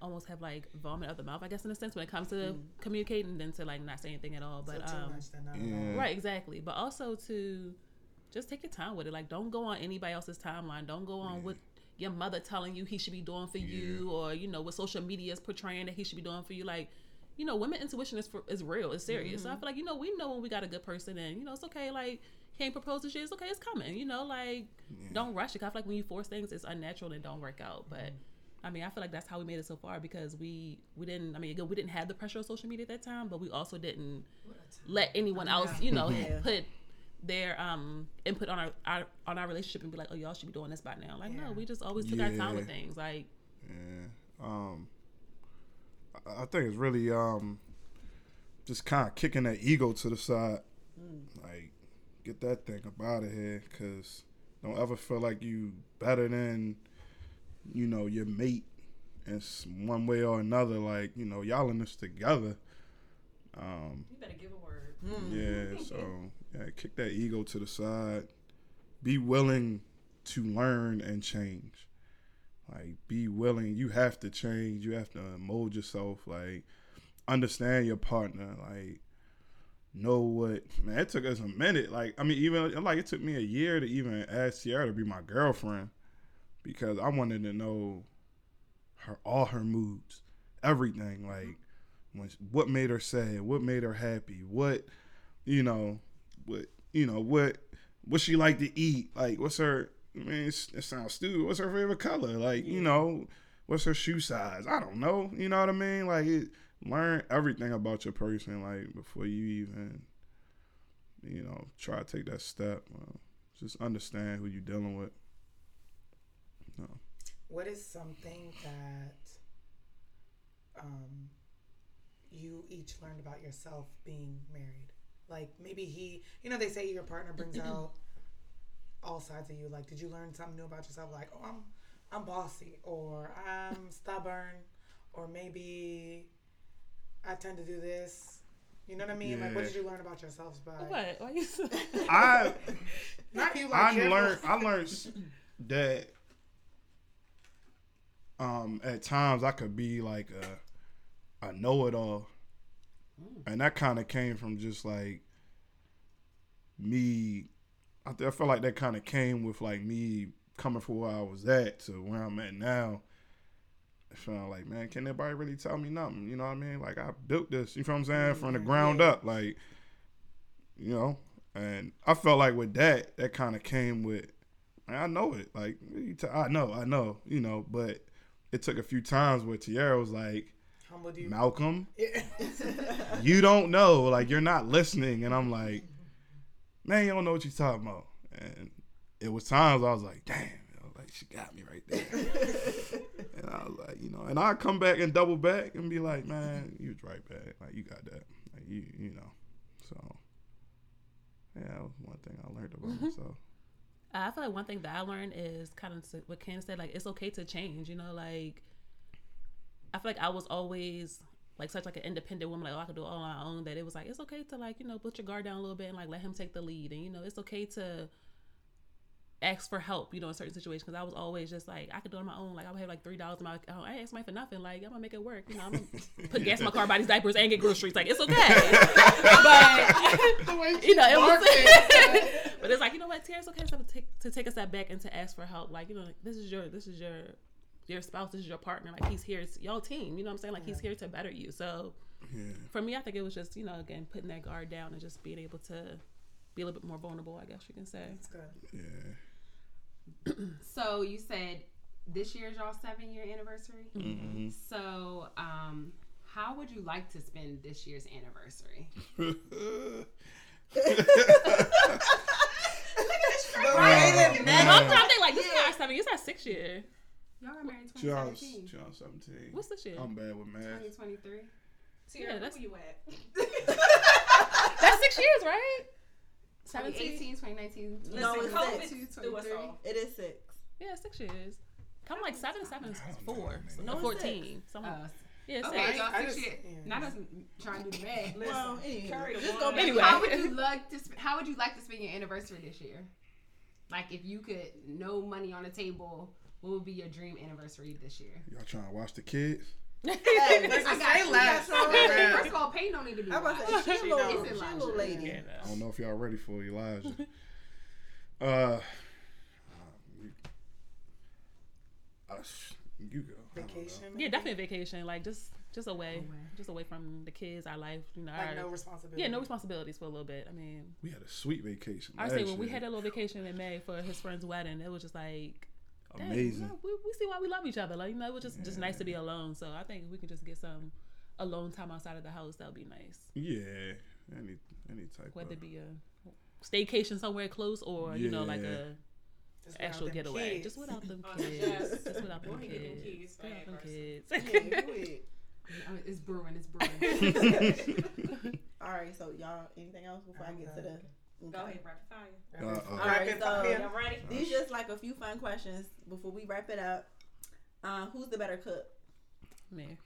[SPEAKER 4] almost have like vomit out the mouth, I guess, in a sense, when it comes to
[SPEAKER 3] Mm.
[SPEAKER 4] communicating than to like not say anything at all. But
[SPEAKER 2] too
[SPEAKER 4] um,
[SPEAKER 2] much then not
[SPEAKER 6] yeah.
[SPEAKER 4] right, exactly. But also to just take your time with it. Like, don't go on anybody else's timeline. Don't go on what your mother telling you he should be doing for you, or you know what social media is portraying that he should be doing for you. Like, you know, women intuition is for, is real. It's serious. So I feel like you know we know when we got a good person, and you know it's okay. Like. Can't propose to shit. It's okay. It's coming. You know, like don't rush it. 'Cause I feel like when you force things, it's unnatural and it don't work out. But I mean, I feel like that's how we made it so far because we we didn't. I mean, again, we didn't have the pressure of social media at that time, but we also didn't let anyone else, you know, put their um input on our, our on our relationship and be like, oh, y'all should be doing this by now. Like, no, we just always took our time with
[SPEAKER 6] Yeah.
[SPEAKER 4] things. Like,
[SPEAKER 6] Yeah. Um, I- I think it's really um, just kind of kicking that ego to the side. Like, get that thing up out of here, cause don't ever feel like you better than, you know, your mate. in s one way or another. Like, you know, y'all in this together. Um,
[SPEAKER 7] You better give a word. *laughs*
[SPEAKER 6] yeah, so yeah, kick that ego to the side. Be willing to learn and change. Like be willing. You have to change. You have to mold yourself. Like understand your partner. Like know what man. It took us a minute. Like I mean, even like it took me a year to even ask Sierra to be my girlfriend because I wanted to know her all her moods, everything. Like when she- what made her sad, what made her happy, what you know, what you know, what what she like to eat, like what's her. I mean, it's, it sounds stupid. What's her favorite color? Like you know, what's her shoe size? I don't know. You know what I mean? Like it, learn everything about your person, like before you even, you know, try to take that step. Uh, just understand who you're dealing with.
[SPEAKER 2] What is something that um, you each learned about yourself being married? Like maybe he, you know, they say your partner
[SPEAKER 4] *clears throat*
[SPEAKER 2] brings out all sides of you. Like, did you learn something new about yourself? Like, oh, I'm, I'm bossy, or I'm stubborn, or maybe I tend to do this. You know what I mean? Like, what
[SPEAKER 6] Yeah.
[SPEAKER 2] did you learn about yourselves by?
[SPEAKER 4] what? Why you?
[SPEAKER 6] I
[SPEAKER 2] Not you. Like,
[SPEAKER 6] I
[SPEAKER 2] him.
[SPEAKER 6] learned I learned s- that um at times I could be like a a know it all. And that kind of came from just like me I, th- I feel like that kind of came with like me coming from where I was at to where I'm at now. I felt like, man, can anybody really tell me nothing? You know what I mean? Like I built this, you know what I'm saying, from the ground up. Like, you know, and I felt like with that, that kind of came with, man, I know it. Like, what you t- I know, I know, you know, but it took a few times where Tierra was like,
[SPEAKER 2] humbled you.
[SPEAKER 6] Malcolm, you don't know. Like, you're not listening. And I'm like, man, you don't know what you're talking about. And it was times I was like, damn, you know, like, she got me right there. and I was like, you know, and I come back and double back and be like, man, you was right back. Like, you got that. Like, you, you know. So, yeah, that was one thing I learned about myself.
[SPEAKER 4] I feel like one thing that I learned is kind of to- what Ken said, like it's okay to change. You know, like I feel like I was always like such like an independent woman, like oh, I could do it all on my own. That it was like it's okay to like you know put your guard down a little bit and like let him take the lead, and you know it's okay to ask for help. You know, in certain situations, because I was always just like I could do it on my own. Like I would have like three dollars in my account. I ain't ask my for nothing. Like I'm gonna make it work. You know, I'm gonna put gas in my car, buy these diapers, and get groceries. Like it's okay, but *laughs* you know, it was. but it's like you know what, Tara, it's okay to take, to take a step back and to ask for help. Like you know, like, this is your this is your your spouse, this is your partner. Like he's here, it's y'all team. You know what I'm saying? Like he's here to better you. So for me, I think it was just you know again putting that guard down and just being able to be a little bit more vulnerable. I guess you can say.
[SPEAKER 2] It's good.
[SPEAKER 6] Yeah.
[SPEAKER 5] *laughs* So you said this year's y'all seven year anniversary.
[SPEAKER 6] Mm-hmm.
[SPEAKER 5] So um, how would you like to spend this year's anniversary?
[SPEAKER 2] But right in
[SPEAKER 4] And I'm thinking like this is our seven. It's our sixth year.
[SPEAKER 5] Y'all got married in 2017.
[SPEAKER 6] 2017.
[SPEAKER 4] What's this year?
[SPEAKER 6] I'm bad with math.
[SPEAKER 5] 2023.
[SPEAKER 7] Sierra,
[SPEAKER 4] Yeah,
[SPEAKER 7] where
[SPEAKER 4] that's-
[SPEAKER 7] were you at?
[SPEAKER 8] That's six years, right?
[SPEAKER 5] 2018, 2019.
[SPEAKER 7] Listen,
[SPEAKER 3] it's
[SPEAKER 7] COVID
[SPEAKER 3] that.
[SPEAKER 7] threw us
[SPEAKER 5] 23.
[SPEAKER 7] off.
[SPEAKER 3] It is six.
[SPEAKER 4] Yeah, six years. I'm like seven, seven, is
[SPEAKER 6] I don't
[SPEAKER 4] four,
[SPEAKER 6] know,
[SPEAKER 4] so
[SPEAKER 6] man.
[SPEAKER 3] No,
[SPEAKER 4] no,
[SPEAKER 3] it's
[SPEAKER 4] fourteen. So I'm-
[SPEAKER 5] Us.
[SPEAKER 4] yeah, six.
[SPEAKER 5] Oh. Okay, y'all
[SPEAKER 2] Oh, I
[SPEAKER 5] six
[SPEAKER 2] just-
[SPEAKER 5] years.
[SPEAKER 2] yeah.
[SPEAKER 5] Not us trying to do
[SPEAKER 2] *laughs*
[SPEAKER 5] the math.
[SPEAKER 3] Well, anyway,
[SPEAKER 7] Curry,
[SPEAKER 3] just
[SPEAKER 7] one.
[SPEAKER 3] go back.
[SPEAKER 4] Anyway.
[SPEAKER 5] How would you like to? Sp- how would you like to spend your anniversary this year? Like, if you could, no money on the table. What would be your dream anniversary this year?
[SPEAKER 6] Y'all trying to watch the kids?
[SPEAKER 2] Listen,
[SPEAKER 5] I got
[SPEAKER 2] say
[SPEAKER 5] you.
[SPEAKER 2] less.
[SPEAKER 5] First of all, pay don't need to be.
[SPEAKER 3] I'm about to
[SPEAKER 4] *laughs*
[SPEAKER 5] watched.
[SPEAKER 3] say, she a little,
[SPEAKER 2] knows.
[SPEAKER 3] she a
[SPEAKER 5] She
[SPEAKER 3] little
[SPEAKER 5] knows.
[SPEAKER 3] lady.
[SPEAKER 4] Yeah,
[SPEAKER 6] I
[SPEAKER 4] no.
[SPEAKER 6] don't know if y'all ready for
[SPEAKER 2] *laughs*
[SPEAKER 6] Elijah. uh, uh, you go. I don't know.
[SPEAKER 2] Vacation.
[SPEAKER 4] yeah,
[SPEAKER 2] maybe?
[SPEAKER 4] definitely vacation. Like just, just away, just away from the kids, our life, you know.
[SPEAKER 2] Like
[SPEAKER 4] our,
[SPEAKER 2] no responsibility.
[SPEAKER 4] yeah, no responsibilities for a little bit. I mean,
[SPEAKER 6] We had a sweet vacation.
[SPEAKER 4] I say
[SPEAKER 6] last
[SPEAKER 4] when we
[SPEAKER 6] year.
[SPEAKER 4] had that little vacation in May for his friend's wedding, it was just like dang,
[SPEAKER 6] amazing.
[SPEAKER 4] no, we, we see why we love each other. Like you know, it was just just nice to be alone. So I think if we can just get some alone time outside of the house. That would be nice.
[SPEAKER 6] Yeah, any any type
[SPEAKER 4] Whether
[SPEAKER 6] of
[SPEAKER 4] it be a staycation somewhere close or you know like
[SPEAKER 6] Yeah.
[SPEAKER 4] a
[SPEAKER 2] Just without
[SPEAKER 4] actual
[SPEAKER 2] them
[SPEAKER 4] getaway.
[SPEAKER 2] kids.
[SPEAKER 4] Just without them
[SPEAKER 7] Oh,
[SPEAKER 4] kids.
[SPEAKER 7] yes.
[SPEAKER 4] Just without them
[SPEAKER 7] Or he get them
[SPEAKER 4] kids.
[SPEAKER 7] kids for
[SPEAKER 4] Without them kids. *laughs*
[SPEAKER 3] Yeah, do it.
[SPEAKER 5] Oh, It's brewing. It's brewing.
[SPEAKER 3] All right, so y'all, anything else before I get to the?
[SPEAKER 7] Go ahead, rapid fire.
[SPEAKER 6] Uh-oh.
[SPEAKER 2] All right,
[SPEAKER 3] Alright, so-
[SPEAKER 2] so,
[SPEAKER 7] Y'all ready?
[SPEAKER 3] These just like a few fun questions before we wrap it up. Uh, who's the better
[SPEAKER 6] *laughs*
[SPEAKER 3] cook?
[SPEAKER 4] Man.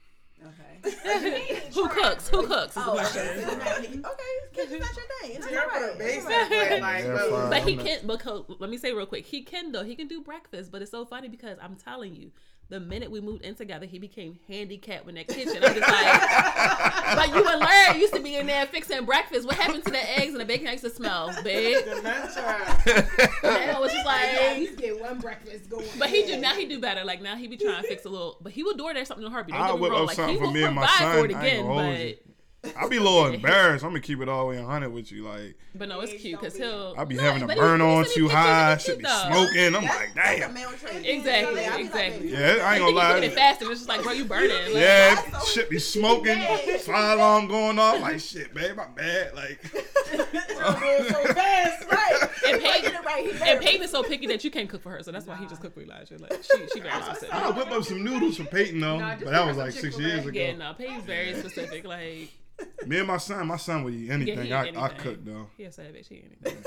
[SPEAKER 3] Okay.
[SPEAKER 4] *laughs* Who cooks? Who cooks? is the
[SPEAKER 3] Oh,
[SPEAKER 4] question.
[SPEAKER 3] okay. so now- okay. Kitchen's not your thing. It's
[SPEAKER 2] You're
[SPEAKER 3] all
[SPEAKER 2] right.
[SPEAKER 3] right.
[SPEAKER 2] basic,
[SPEAKER 3] It's all
[SPEAKER 2] but
[SPEAKER 3] right.
[SPEAKER 2] like,
[SPEAKER 6] Yeah,
[SPEAKER 2] but-
[SPEAKER 6] fine.
[SPEAKER 4] But he
[SPEAKER 6] I'm not-
[SPEAKER 4] can because let me say real quick, he can though. He can do breakfast, but it's so funny because I'm telling you, the minute we moved in together, he became handicapped in that kitchen. I'm just
[SPEAKER 6] *laughs*
[SPEAKER 4] like But you and Larry used to be in there fixing breakfast. What happened to the eggs and the bacon I used to smell, babe?
[SPEAKER 2] dementia.
[SPEAKER 4] *laughs* And I was just like
[SPEAKER 5] He's getting one breakfast going.
[SPEAKER 4] But he do now. He do better. Like now he be trying to fix a little. But he would door there something to Herbie. Don't
[SPEAKER 6] I'll
[SPEAKER 4] get me
[SPEAKER 6] whip
[SPEAKER 4] wrong.
[SPEAKER 6] up
[SPEAKER 4] Like he
[SPEAKER 6] something for
[SPEAKER 4] will
[SPEAKER 6] me and my
[SPEAKER 4] provide for it
[SPEAKER 6] son. I ain't
[SPEAKER 4] again.
[SPEAKER 6] gonna hold *laughs*
[SPEAKER 4] But
[SPEAKER 6] I be a little embarrassed. I'm gonna keep it all the way 100 with you. Like
[SPEAKER 4] but no, it's cute because he'll.
[SPEAKER 6] I be
[SPEAKER 4] No,
[SPEAKER 6] having a
[SPEAKER 4] but
[SPEAKER 6] burn
[SPEAKER 4] he- he
[SPEAKER 6] on
[SPEAKER 4] send me
[SPEAKER 6] too
[SPEAKER 4] pictures of
[SPEAKER 6] high.
[SPEAKER 4] the
[SPEAKER 6] Should
[SPEAKER 4] kid,
[SPEAKER 6] be
[SPEAKER 4] though.
[SPEAKER 6] smoking. I'm like,
[SPEAKER 3] It's a
[SPEAKER 6] damn.
[SPEAKER 3] male trait.
[SPEAKER 4] Exactly,
[SPEAKER 3] I be like,
[SPEAKER 4] exactly.
[SPEAKER 3] baby,
[SPEAKER 6] Yeah, I ain't gonna
[SPEAKER 4] He
[SPEAKER 6] lie.
[SPEAKER 4] looking fast and it's just like, bro, you burning. Like,
[SPEAKER 6] Yeah,
[SPEAKER 3] That's so-
[SPEAKER 6] should be smoking.
[SPEAKER 3] Yeah.
[SPEAKER 6] Fire alarm going off. Like shit, babe. I'm
[SPEAKER 5] *laughs*
[SPEAKER 6] bad. Like *laughs*
[SPEAKER 3] so fast, right?
[SPEAKER 4] *laughs*
[SPEAKER 3] Like,
[SPEAKER 4] And Peyton,
[SPEAKER 3] get it right. He
[SPEAKER 4] and
[SPEAKER 3] better.
[SPEAKER 4] Peyton is so picky that you can't cook for her, so that's why he just cooked for Elijah. Like she, she *laughs* very specific.
[SPEAKER 6] I whip up some noodles for Peyton though,
[SPEAKER 5] Nah, just
[SPEAKER 6] but that
[SPEAKER 5] give
[SPEAKER 6] was
[SPEAKER 5] her
[SPEAKER 6] like
[SPEAKER 5] some
[SPEAKER 6] six
[SPEAKER 5] Chick-fil-A
[SPEAKER 6] years ago.
[SPEAKER 4] Yeah, no, Peyton's very specific. Like
[SPEAKER 6] Me and my son, my son would eat anything.
[SPEAKER 4] eat
[SPEAKER 6] I, I
[SPEAKER 4] anything.
[SPEAKER 6] cook though.
[SPEAKER 4] he a savage, he anything,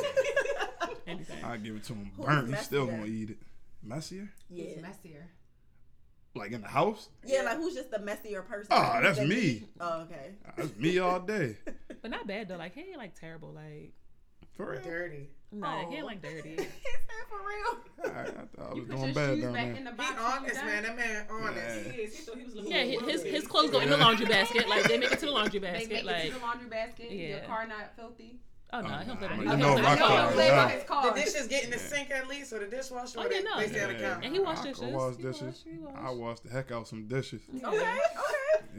[SPEAKER 4] anything.
[SPEAKER 6] I give it to him burnt. He's
[SPEAKER 3] messy
[SPEAKER 6] still
[SPEAKER 3] then?
[SPEAKER 6] gonna eat it. Messier?
[SPEAKER 3] Yeah.
[SPEAKER 2] *laughs*
[SPEAKER 5] It's messier.
[SPEAKER 6] Like in the house?
[SPEAKER 3] yeah, like who's just the messier person?
[SPEAKER 6] Oh, that's
[SPEAKER 3] Like,
[SPEAKER 6] me.
[SPEAKER 3] Oh, okay.
[SPEAKER 6] That's me all day.
[SPEAKER 4] But not bad though. Like he ain't like terrible. Like
[SPEAKER 6] For real.
[SPEAKER 2] Dirty.
[SPEAKER 4] no, he
[SPEAKER 6] Oh.
[SPEAKER 4] ain't like
[SPEAKER 6] *laughs*
[SPEAKER 4] dirty.
[SPEAKER 5] for real.
[SPEAKER 6] All right, I thought I was
[SPEAKER 5] Put your
[SPEAKER 6] doing bad
[SPEAKER 5] shoes
[SPEAKER 6] down
[SPEAKER 5] back
[SPEAKER 6] there.
[SPEAKER 5] in the
[SPEAKER 2] Be
[SPEAKER 5] box. when you
[SPEAKER 2] honest,
[SPEAKER 5] done.
[SPEAKER 2] man. That man honest.
[SPEAKER 6] Yeah.
[SPEAKER 7] He is. He thought he was a little
[SPEAKER 4] Yeah,
[SPEAKER 7] bit
[SPEAKER 4] he-
[SPEAKER 7] worried.
[SPEAKER 4] his his clothes go in the laundry basket. Like *laughs* they make it to the laundry
[SPEAKER 5] They make
[SPEAKER 4] basket.
[SPEAKER 5] it
[SPEAKER 4] Like
[SPEAKER 5] to the laundry basket. Your
[SPEAKER 4] Yeah.
[SPEAKER 5] car not filthy.
[SPEAKER 4] oh no,
[SPEAKER 6] Oh,
[SPEAKER 4] he'll
[SPEAKER 6] nah,
[SPEAKER 4] put
[SPEAKER 6] you
[SPEAKER 4] it.
[SPEAKER 6] know
[SPEAKER 4] he'll
[SPEAKER 5] I
[SPEAKER 6] my
[SPEAKER 4] put it in the
[SPEAKER 5] know
[SPEAKER 6] car
[SPEAKER 5] don't
[SPEAKER 4] car.
[SPEAKER 6] is
[SPEAKER 5] play
[SPEAKER 6] not-
[SPEAKER 5] about his car.
[SPEAKER 2] The dishes get in the sink at least, or the dishwasher.
[SPEAKER 4] Oh,
[SPEAKER 2] or
[SPEAKER 4] yeah,
[SPEAKER 2] they-
[SPEAKER 4] no.
[SPEAKER 2] They stay on the
[SPEAKER 6] Yeah.
[SPEAKER 2] counter.
[SPEAKER 4] And *laughs* he washed
[SPEAKER 6] I
[SPEAKER 4] dishes.
[SPEAKER 6] wash
[SPEAKER 4] He
[SPEAKER 6] dishes.
[SPEAKER 4] washed, he washed.
[SPEAKER 6] I wash the heck out some dishes.
[SPEAKER 3] Okay, okay.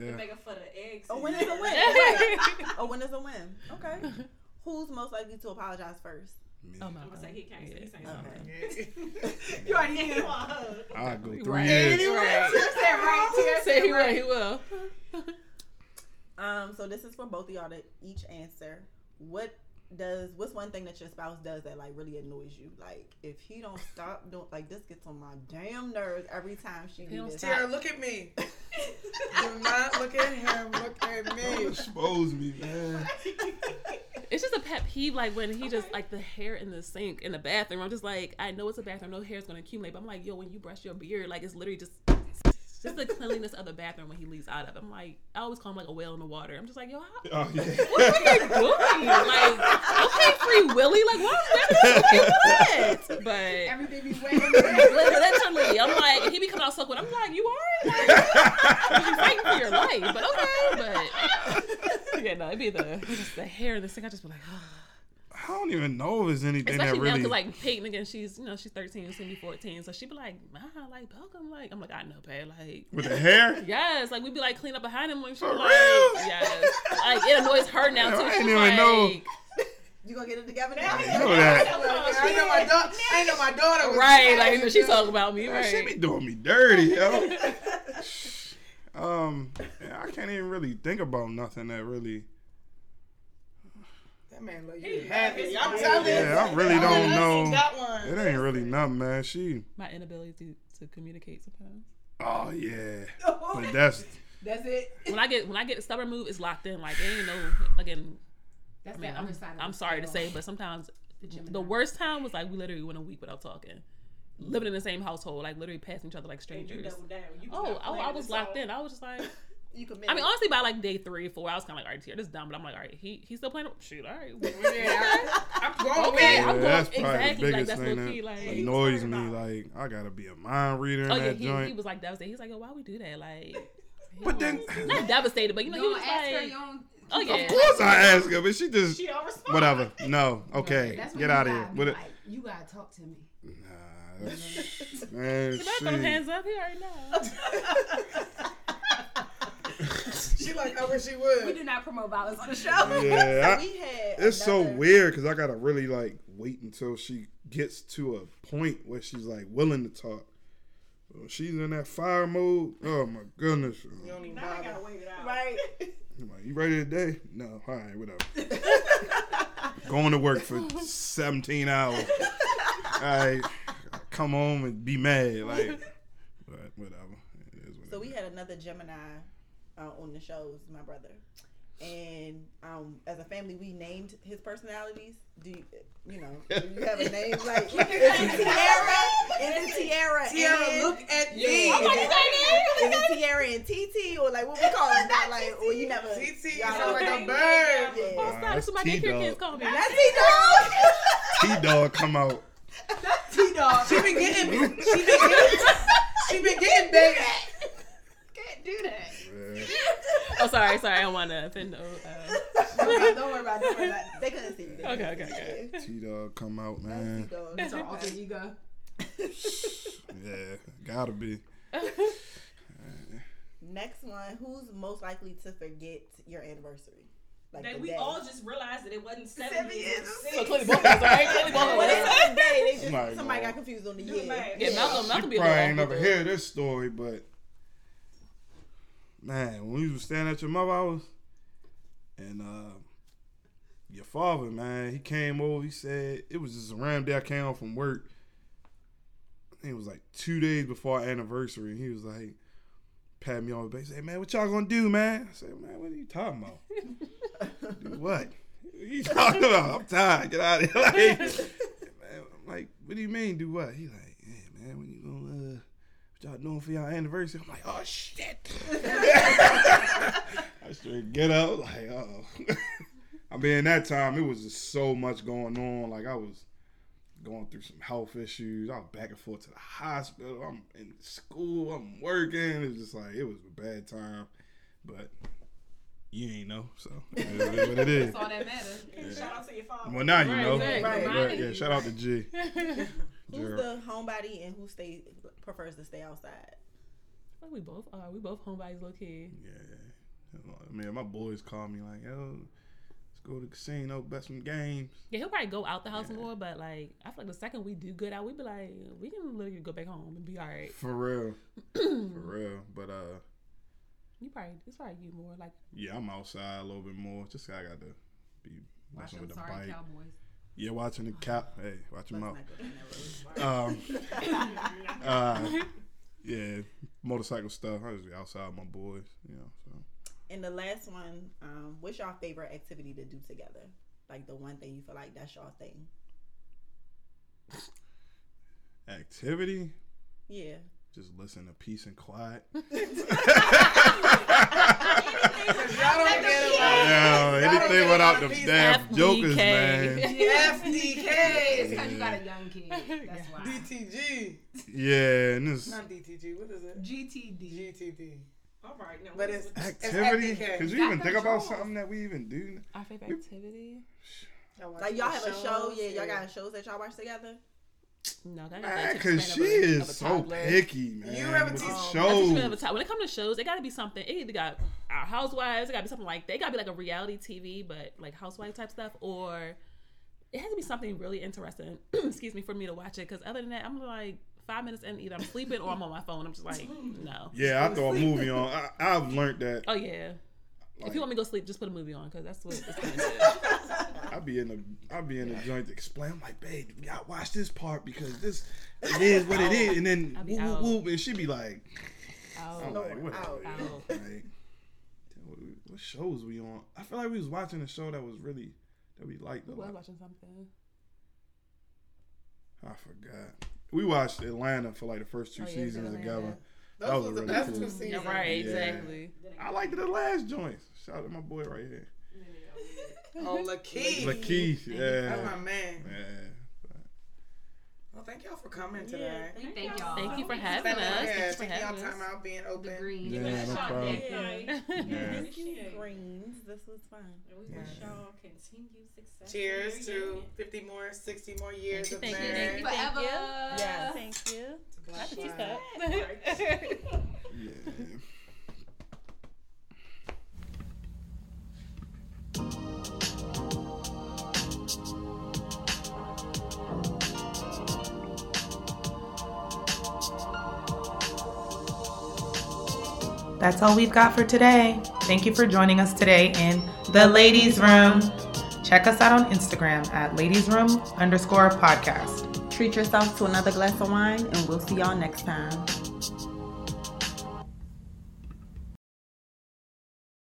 [SPEAKER 6] Yeah.
[SPEAKER 7] Make up for the eggs.
[SPEAKER 2] *laughs*
[SPEAKER 3] A
[SPEAKER 7] and-
[SPEAKER 3] win is a win. Right. A win is a win. Okay. Who's most likely to apologize first?
[SPEAKER 6] Me.
[SPEAKER 4] Oh my
[SPEAKER 7] I'm gonna say
[SPEAKER 4] god.
[SPEAKER 7] he can't. say- He's
[SPEAKER 4] Oh,
[SPEAKER 7] saying
[SPEAKER 3] Okay.
[SPEAKER 7] something. *laughs*
[SPEAKER 4] *laughs*
[SPEAKER 5] You already knew.
[SPEAKER 6] I go three
[SPEAKER 4] Right.
[SPEAKER 6] years.
[SPEAKER 5] You said right. Tia
[SPEAKER 4] Say
[SPEAKER 5] said
[SPEAKER 4] he will.
[SPEAKER 5] right.
[SPEAKER 4] He will.
[SPEAKER 3] Um, so this is for both of y'all to each answer. What does what's one thing that your spouse does that like really annoys you? Like if he don't stop doing like this gets on my damn nerves every time she do
[SPEAKER 4] don't
[SPEAKER 3] this.
[SPEAKER 2] Tara, look at me. Do not look at him. Look at
[SPEAKER 6] Don't
[SPEAKER 2] me.
[SPEAKER 6] expose me, man.
[SPEAKER 4] It's just a pet peeve, like when he just like the hair in the sink in the bathroom. I'm just like, I know it's a bathroom, no hair's gonna accumulate, but I'm like, yo, when you brush your beard, like it's literally just just the cleanliness of the bathroom when he leaves out of. it. I'm like, I always call him like a whale in the water. I'm just like, yo, how,
[SPEAKER 6] Oh
[SPEAKER 4] what
[SPEAKER 6] yeah.
[SPEAKER 4] are you doing? Like, okay, free Willy, like what? Like, what? But
[SPEAKER 5] Everything be wet.
[SPEAKER 4] literally, I'm like, he be coming out so quick. I'm like, you are like, you fighting for your life, but okay, but yeah, no, it'd be the just the hair in the sink. I just be like.
[SPEAKER 6] I don't even know if there's anything
[SPEAKER 4] Especially
[SPEAKER 6] that really.
[SPEAKER 4] now, cause like Peyton again, she's you know she's thirteen, soon be fourteen, so she be like, "Ma, like Malcolm, like I'm like I know, babe, like
[SPEAKER 6] with the hair?
[SPEAKER 4] yes, like we be like clean up behind him when she
[SPEAKER 6] For
[SPEAKER 4] like
[SPEAKER 6] real?
[SPEAKER 4] yes, like it annoys her now
[SPEAKER 6] Damn,
[SPEAKER 4] too.
[SPEAKER 6] I
[SPEAKER 4] She's
[SPEAKER 6] ain't even
[SPEAKER 4] like,
[SPEAKER 6] know.
[SPEAKER 3] You gonna get it together now?
[SPEAKER 6] You know that.
[SPEAKER 2] I know my daughter. I know my daughter. was-
[SPEAKER 4] right, like you know, she talking about me,
[SPEAKER 6] That shit
[SPEAKER 4] right?
[SPEAKER 6] be doing me dirty, yo.
[SPEAKER 4] *laughs*
[SPEAKER 6] um, yeah, I can't even really think about nothing that really.
[SPEAKER 2] That man look you happy. I'm
[SPEAKER 7] Yeah,
[SPEAKER 6] *laughs*
[SPEAKER 2] telling you.
[SPEAKER 6] Yeah, I really
[SPEAKER 2] I
[SPEAKER 6] don't
[SPEAKER 2] ain't
[SPEAKER 6] know.
[SPEAKER 2] got one.
[SPEAKER 6] It ain't really nothing, man. She
[SPEAKER 4] My inability to, to communicate sometimes.
[SPEAKER 6] Oh *laughs* yeah, but that's
[SPEAKER 3] That's it.
[SPEAKER 4] When I get when I get a stubborn move, it's locked in. Like it ain't no again.
[SPEAKER 5] That's
[SPEAKER 4] I mean,
[SPEAKER 5] the
[SPEAKER 4] I'm,
[SPEAKER 5] other side. Of
[SPEAKER 4] I'm
[SPEAKER 5] the
[SPEAKER 4] sorry to
[SPEAKER 5] scale.
[SPEAKER 4] say, but sometimes
[SPEAKER 5] Gemini.
[SPEAKER 4] the worst time was like we literally went a week without talking, living in the same household, like literally passing each other like
[SPEAKER 9] You
[SPEAKER 4] strangers.
[SPEAKER 9] double down. You was
[SPEAKER 4] Oh,
[SPEAKER 9] not
[SPEAKER 4] I, I
[SPEAKER 9] playing
[SPEAKER 4] was
[SPEAKER 9] this
[SPEAKER 4] locked
[SPEAKER 9] all.
[SPEAKER 4] in. I was just like,
[SPEAKER 3] You committed.
[SPEAKER 4] I mean, honestly, by like day three, four, I was kind of like, all right, here, this is dumb, but I'm like, all right, he he's still playing. Shoot, all
[SPEAKER 6] *laughs*
[SPEAKER 4] right, well,
[SPEAKER 9] I'm going
[SPEAKER 4] okay,
[SPEAKER 6] yeah,
[SPEAKER 4] I'm going
[SPEAKER 6] that's probably
[SPEAKER 4] exactly
[SPEAKER 6] the biggest
[SPEAKER 4] like that's low
[SPEAKER 6] thing
[SPEAKER 4] key,
[SPEAKER 6] that
[SPEAKER 4] like.
[SPEAKER 6] annoys me. Like I gotta be a mind reader in
[SPEAKER 4] Oh yeah,
[SPEAKER 6] that
[SPEAKER 4] he,
[SPEAKER 6] joint.
[SPEAKER 4] he was like devastated. He's like, "Yo, why we do that? Like,
[SPEAKER 6] but then,
[SPEAKER 4] not devastated, but you know,
[SPEAKER 5] You don't
[SPEAKER 4] he was
[SPEAKER 5] ask her.
[SPEAKER 4] like,
[SPEAKER 5] You don't.
[SPEAKER 4] oh
[SPEAKER 6] of
[SPEAKER 4] yeah,
[SPEAKER 6] course I ask her, but she just
[SPEAKER 9] She don't respond.
[SPEAKER 6] whatever. No, okay,
[SPEAKER 5] That's when
[SPEAKER 6] get
[SPEAKER 5] you
[SPEAKER 6] out of
[SPEAKER 5] gotta
[SPEAKER 6] here.
[SPEAKER 5] be
[SPEAKER 6] What it-
[SPEAKER 5] like, you gotta talk to me.
[SPEAKER 4] *laughs*
[SPEAKER 6] Nah, that's- man,
[SPEAKER 4] Can I throw hands
[SPEAKER 6] she,
[SPEAKER 4] up here right now?
[SPEAKER 2] She like, I wish she would.
[SPEAKER 5] We do not promote violence on the show.
[SPEAKER 6] *laughs* yeah, I-
[SPEAKER 3] we had.
[SPEAKER 6] it's so
[SPEAKER 3] another-
[SPEAKER 6] weird because I gotta really like wait until she gets to a point where she's like willing to talk. But when she's in that fire mode. Oh my goodness! uh.
[SPEAKER 2] You
[SPEAKER 6] I'm
[SPEAKER 2] don't even
[SPEAKER 9] Now I
[SPEAKER 2] bother.
[SPEAKER 9] gotta wait it out.
[SPEAKER 3] Right.
[SPEAKER 6] like, you ready today? No, all right, whatever. Going to work for 17 hours. All right, come home and be mad. Like, but whatever. It is what
[SPEAKER 3] So
[SPEAKER 6] it
[SPEAKER 3] we
[SPEAKER 6] is.
[SPEAKER 3] had another Gemini uh, on the shows, my brother, and um, as a family, we named his personalities. Do you, you know? Do you have a *laughs* name like is it Tiara? Is it Tiara?
[SPEAKER 2] Tiara,
[SPEAKER 3] and-
[SPEAKER 2] look at
[SPEAKER 3] Yeah. Oh
[SPEAKER 2] me.
[SPEAKER 3] Is it- is it Tiara and TT or like what we call them? Not like or you never.
[SPEAKER 2] TT is
[SPEAKER 3] y'all
[SPEAKER 2] like
[SPEAKER 3] don't-
[SPEAKER 2] a bird.
[SPEAKER 3] Yeah.
[SPEAKER 4] Oh, sorry,
[SPEAKER 6] that's
[SPEAKER 4] so my daycare
[SPEAKER 6] T-Dog.
[SPEAKER 4] kids call me.
[SPEAKER 3] That's T dog.
[SPEAKER 6] T-Dog
[SPEAKER 3] *laughs*
[SPEAKER 6] come out.
[SPEAKER 3] T dog.
[SPEAKER 2] She been
[SPEAKER 3] *laughs*
[SPEAKER 2] getting, she been getting, she been getting big.
[SPEAKER 5] Can't do that.
[SPEAKER 6] Yeah.
[SPEAKER 4] *laughs* Oh, sorry, sorry, I don't want to offend. Uh,
[SPEAKER 3] *laughs* Don't worry about it. Don't worry about it. They couldn't see me. They
[SPEAKER 4] okay,
[SPEAKER 3] couldn't
[SPEAKER 4] okay,
[SPEAKER 3] see me.
[SPEAKER 4] okay.
[SPEAKER 6] T-Dog come out, man.
[SPEAKER 3] T-Dog.
[SPEAKER 5] That's our alter ego.
[SPEAKER 6] Yeah, gotta be.
[SPEAKER 3] Next one, who's most likely to forget your anniversary? Like
[SPEAKER 7] That
[SPEAKER 3] the
[SPEAKER 7] we
[SPEAKER 3] day.
[SPEAKER 7] all just realized that it wasn't seven years. it was six.
[SPEAKER 4] So clearly both of us, right? Clearly both of
[SPEAKER 3] Well, Oh, they
[SPEAKER 4] us.
[SPEAKER 3] said the day. They just,
[SPEAKER 6] Somebody
[SPEAKER 3] somebody
[SPEAKER 6] know.
[SPEAKER 3] got confused on the
[SPEAKER 7] Do the
[SPEAKER 3] year.
[SPEAKER 7] math.
[SPEAKER 4] Yeah, Malcolm, Malcolm be
[SPEAKER 6] You
[SPEAKER 4] a
[SPEAKER 6] probably
[SPEAKER 4] little
[SPEAKER 6] ain't never
[SPEAKER 4] awkward.
[SPEAKER 6] hear this story, but man, when we was staying at your mother house, and uh, your father, man, he came over. He said it was just a random day I came home from work. I think it was like two days before our anniversary, and he was like. Pat me on the back, say, man, what y'all gonna do, man? I said, man, what are you talking about? do what? *laughs* What are you talking about? I'm tired. Get out of here. *laughs* Like, man, I'm like, what do you mean do what? He like, yeah, man, when you gonna uh what y'all doing for y'all anniversary? I'm like, oh shit. *laughs* I straight get up, like, oh. *laughs* I mean that time it was just so much going on. Like I was going through some health issues. I was back and forth to the hospital. I'm in school. I'm working. It was just like it was a bad time. But you ain't know, so it is what it is.
[SPEAKER 4] *laughs*
[SPEAKER 5] That's all that matters.
[SPEAKER 9] Shout out to your father.
[SPEAKER 6] Well, now you
[SPEAKER 4] Right,
[SPEAKER 6] know.
[SPEAKER 4] exactly.
[SPEAKER 6] But,
[SPEAKER 5] Right.
[SPEAKER 6] yeah, shout out to G.
[SPEAKER 3] Who's
[SPEAKER 6] Gerald.
[SPEAKER 3] the homebody and who stay prefers to stay outside?
[SPEAKER 4] Like, we both are. We both homebodies, little kid.
[SPEAKER 6] Yeah. I mean, my boys call me like, yo, let's go to the casino, bet some games.
[SPEAKER 4] Yeah, he'll probably go out the house more, but like, I feel like the second we do good out, we be like, we can literally go back home and be all right.
[SPEAKER 6] For real. *clears throat* For real. But uh,
[SPEAKER 4] You probably, it's probably you more. Like,
[SPEAKER 6] yeah, I'm outside a little bit more. Just 'cause I got to be
[SPEAKER 5] Watch
[SPEAKER 6] messing
[SPEAKER 5] them
[SPEAKER 6] with the
[SPEAKER 5] sorry
[SPEAKER 6] bike.
[SPEAKER 5] cowboys.
[SPEAKER 6] Yeah, watching the cap. Hey, watch him out.
[SPEAKER 3] Like,
[SPEAKER 6] Um, *laughs* uh, yeah, motorcycle stuff. I just be outside with my boys. You know, so.
[SPEAKER 3] and the last one, um, what's your favorite activity to do together? Like the one thing you feel like that's your thing.
[SPEAKER 6] Activity.
[SPEAKER 3] Yeah.
[SPEAKER 6] Just listen to peace and quiet.
[SPEAKER 2] Y'all don't get it. right.
[SPEAKER 6] Yeah, anything without the damn
[SPEAKER 4] FDK.
[SPEAKER 6] jokers, man.
[SPEAKER 2] FDK.
[SPEAKER 5] It's because you got a young kid. That's why.
[SPEAKER 2] DTG.
[SPEAKER 6] Yeah, and this
[SPEAKER 2] Not DTG. What is it?
[SPEAKER 5] GTD.
[SPEAKER 2] GTD.
[SPEAKER 7] All right, now
[SPEAKER 2] But
[SPEAKER 7] what
[SPEAKER 2] it's
[SPEAKER 7] is-
[SPEAKER 6] activity.
[SPEAKER 2] It's FDK.
[SPEAKER 6] Could you even
[SPEAKER 5] Dr.
[SPEAKER 6] think about
[SPEAKER 5] Jones.
[SPEAKER 6] something that we even do?
[SPEAKER 4] our favorite activity?
[SPEAKER 3] Like y'all have a show, yeah, y'all got shows that y'all watch together.
[SPEAKER 4] No, that
[SPEAKER 6] Man,
[SPEAKER 4] that takes
[SPEAKER 6] Ah, cause she
[SPEAKER 4] the span of a- of a
[SPEAKER 6] is so
[SPEAKER 4] toddler.
[SPEAKER 6] picky, man.
[SPEAKER 2] You have a
[SPEAKER 6] with the
[SPEAKER 2] teacher-
[SPEAKER 4] That's the span of a
[SPEAKER 6] shows.
[SPEAKER 4] toddler. When it comes to shows, it got to be something. It either got our housewives, it got to be something like they got to be like a reality TV, but like housewife type stuff, or it has to be something really interesting. *clears throat* excuse me for me to watch it, because other than that, I'm like five minutes in, either I'm sleeping or I'm on my phone. I'm just like, no.
[SPEAKER 6] Yeah, I throw a movie on. I, I've learned that.
[SPEAKER 4] Oh yeah. if
[SPEAKER 6] Like-
[SPEAKER 4] *laughs* you want me to go sleep, just put a movie on because that's what it's gonna do.
[SPEAKER 6] I be in the I be in the joint to explain. I'm like, babe, you gotta watch this part because this it is what it is. And then
[SPEAKER 4] I'll be
[SPEAKER 6] whoop whoop
[SPEAKER 4] out.
[SPEAKER 6] whoop, and she be like, I'm
[SPEAKER 4] Oh,
[SPEAKER 6] like, what?
[SPEAKER 3] Out.
[SPEAKER 4] oh.
[SPEAKER 6] like, damn, what, what shows we on? I feel like we was watching a show that was really that we liked. a
[SPEAKER 4] We was
[SPEAKER 6] lot.
[SPEAKER 4] watching something.
[SPEAKER 6] I forgot. We watched Atlanta for like the first two
[SPEAKER 4] Oh, yeah,
[SPEAKER 6] seasons
[SPEAKER 4] Atlanta.
[SPEAKER 6] together.
[SPEAKER 2] Those
[SPEAKER 6] That
[SPEAKER 2] was
[SPEAKER 6] was
[SPEAKER 2] the
[SPEAKER 6] really
[SPEAKER 2] best
[SPEAKER 6] cool.
[SPEAKER 2] two seasons.
[SPEAKER 4] Yeah, right,
[SPEAKER 6] Yeah.
[SPEAKER 4] exactly.
[SPEAKER 6] I liked the last joint. Shout out to my boy right here,
[SPEAKER 2] Oh, Lakeith.
[SPEAKER 6] Lakeith.
[SPEAKER 2] That's my
[SPEAKER 6] Yeah,
[SPEAKER 2] man.
[SPEAKER 6] yeah.
[SPEAKER 2] Well, thank y'all for coming today.
[SPEAKER 5] We thank y'all.
[SPEAKER 4] Thank you for having
[SPEAKER 2] Thank
[SPEAKER 4] us.
[SPEAKER 2] yeah,
[SPEAKER 4] Thanks for
[SPEAKER 2] taking y'all
[SPEAKER 4] having
[SPEAKER 2] time
[SPEAKER 4] us.
[SPEAKER 2] out being
[SPEAKER 5] The
[SPEAKER 2] open.
[SPEAKER 5] green.
[SPEAKER 6] Yeah, no problem.
[SPEAKER 5] *laughs*
[SPEAKER 6] Yeah.
[SPEAKER 7] Thank you,
[SPEAKER 3] Greens. This was fun.
[SPEAKER 7] And we wish y'all continued success. in your
[SPEAKER 2] Cheers to
[SPEAKER 7] union.
[SPEAKER 2] 50 more, 60 more years of
[SPEAKER 4] Thank you,
[SPEAKER 2] marriage.
[SPEAKER 4] thank you, thank
[SPEAKER 5] Forever.
[SPEAKER 4] you.
[SPEAKER 5] Yes.
[SPEAKER 4] Thank you.
[SPEAKER 2] Black
[SPEAKER 4] Happy
[SPEAKER 2] lives.
[SPEAKER 4] Tuesday.
[SPEAKER 6] yeah.
[SPEAKER 2] That's all we've got for today. Thank you for joining us today in the Ladies Room. Check us out on Instagram at Ladies Room underscore podcast.
[SPEAKER 3] Treat yourself to another glass of wine, and we'll see y'all next time.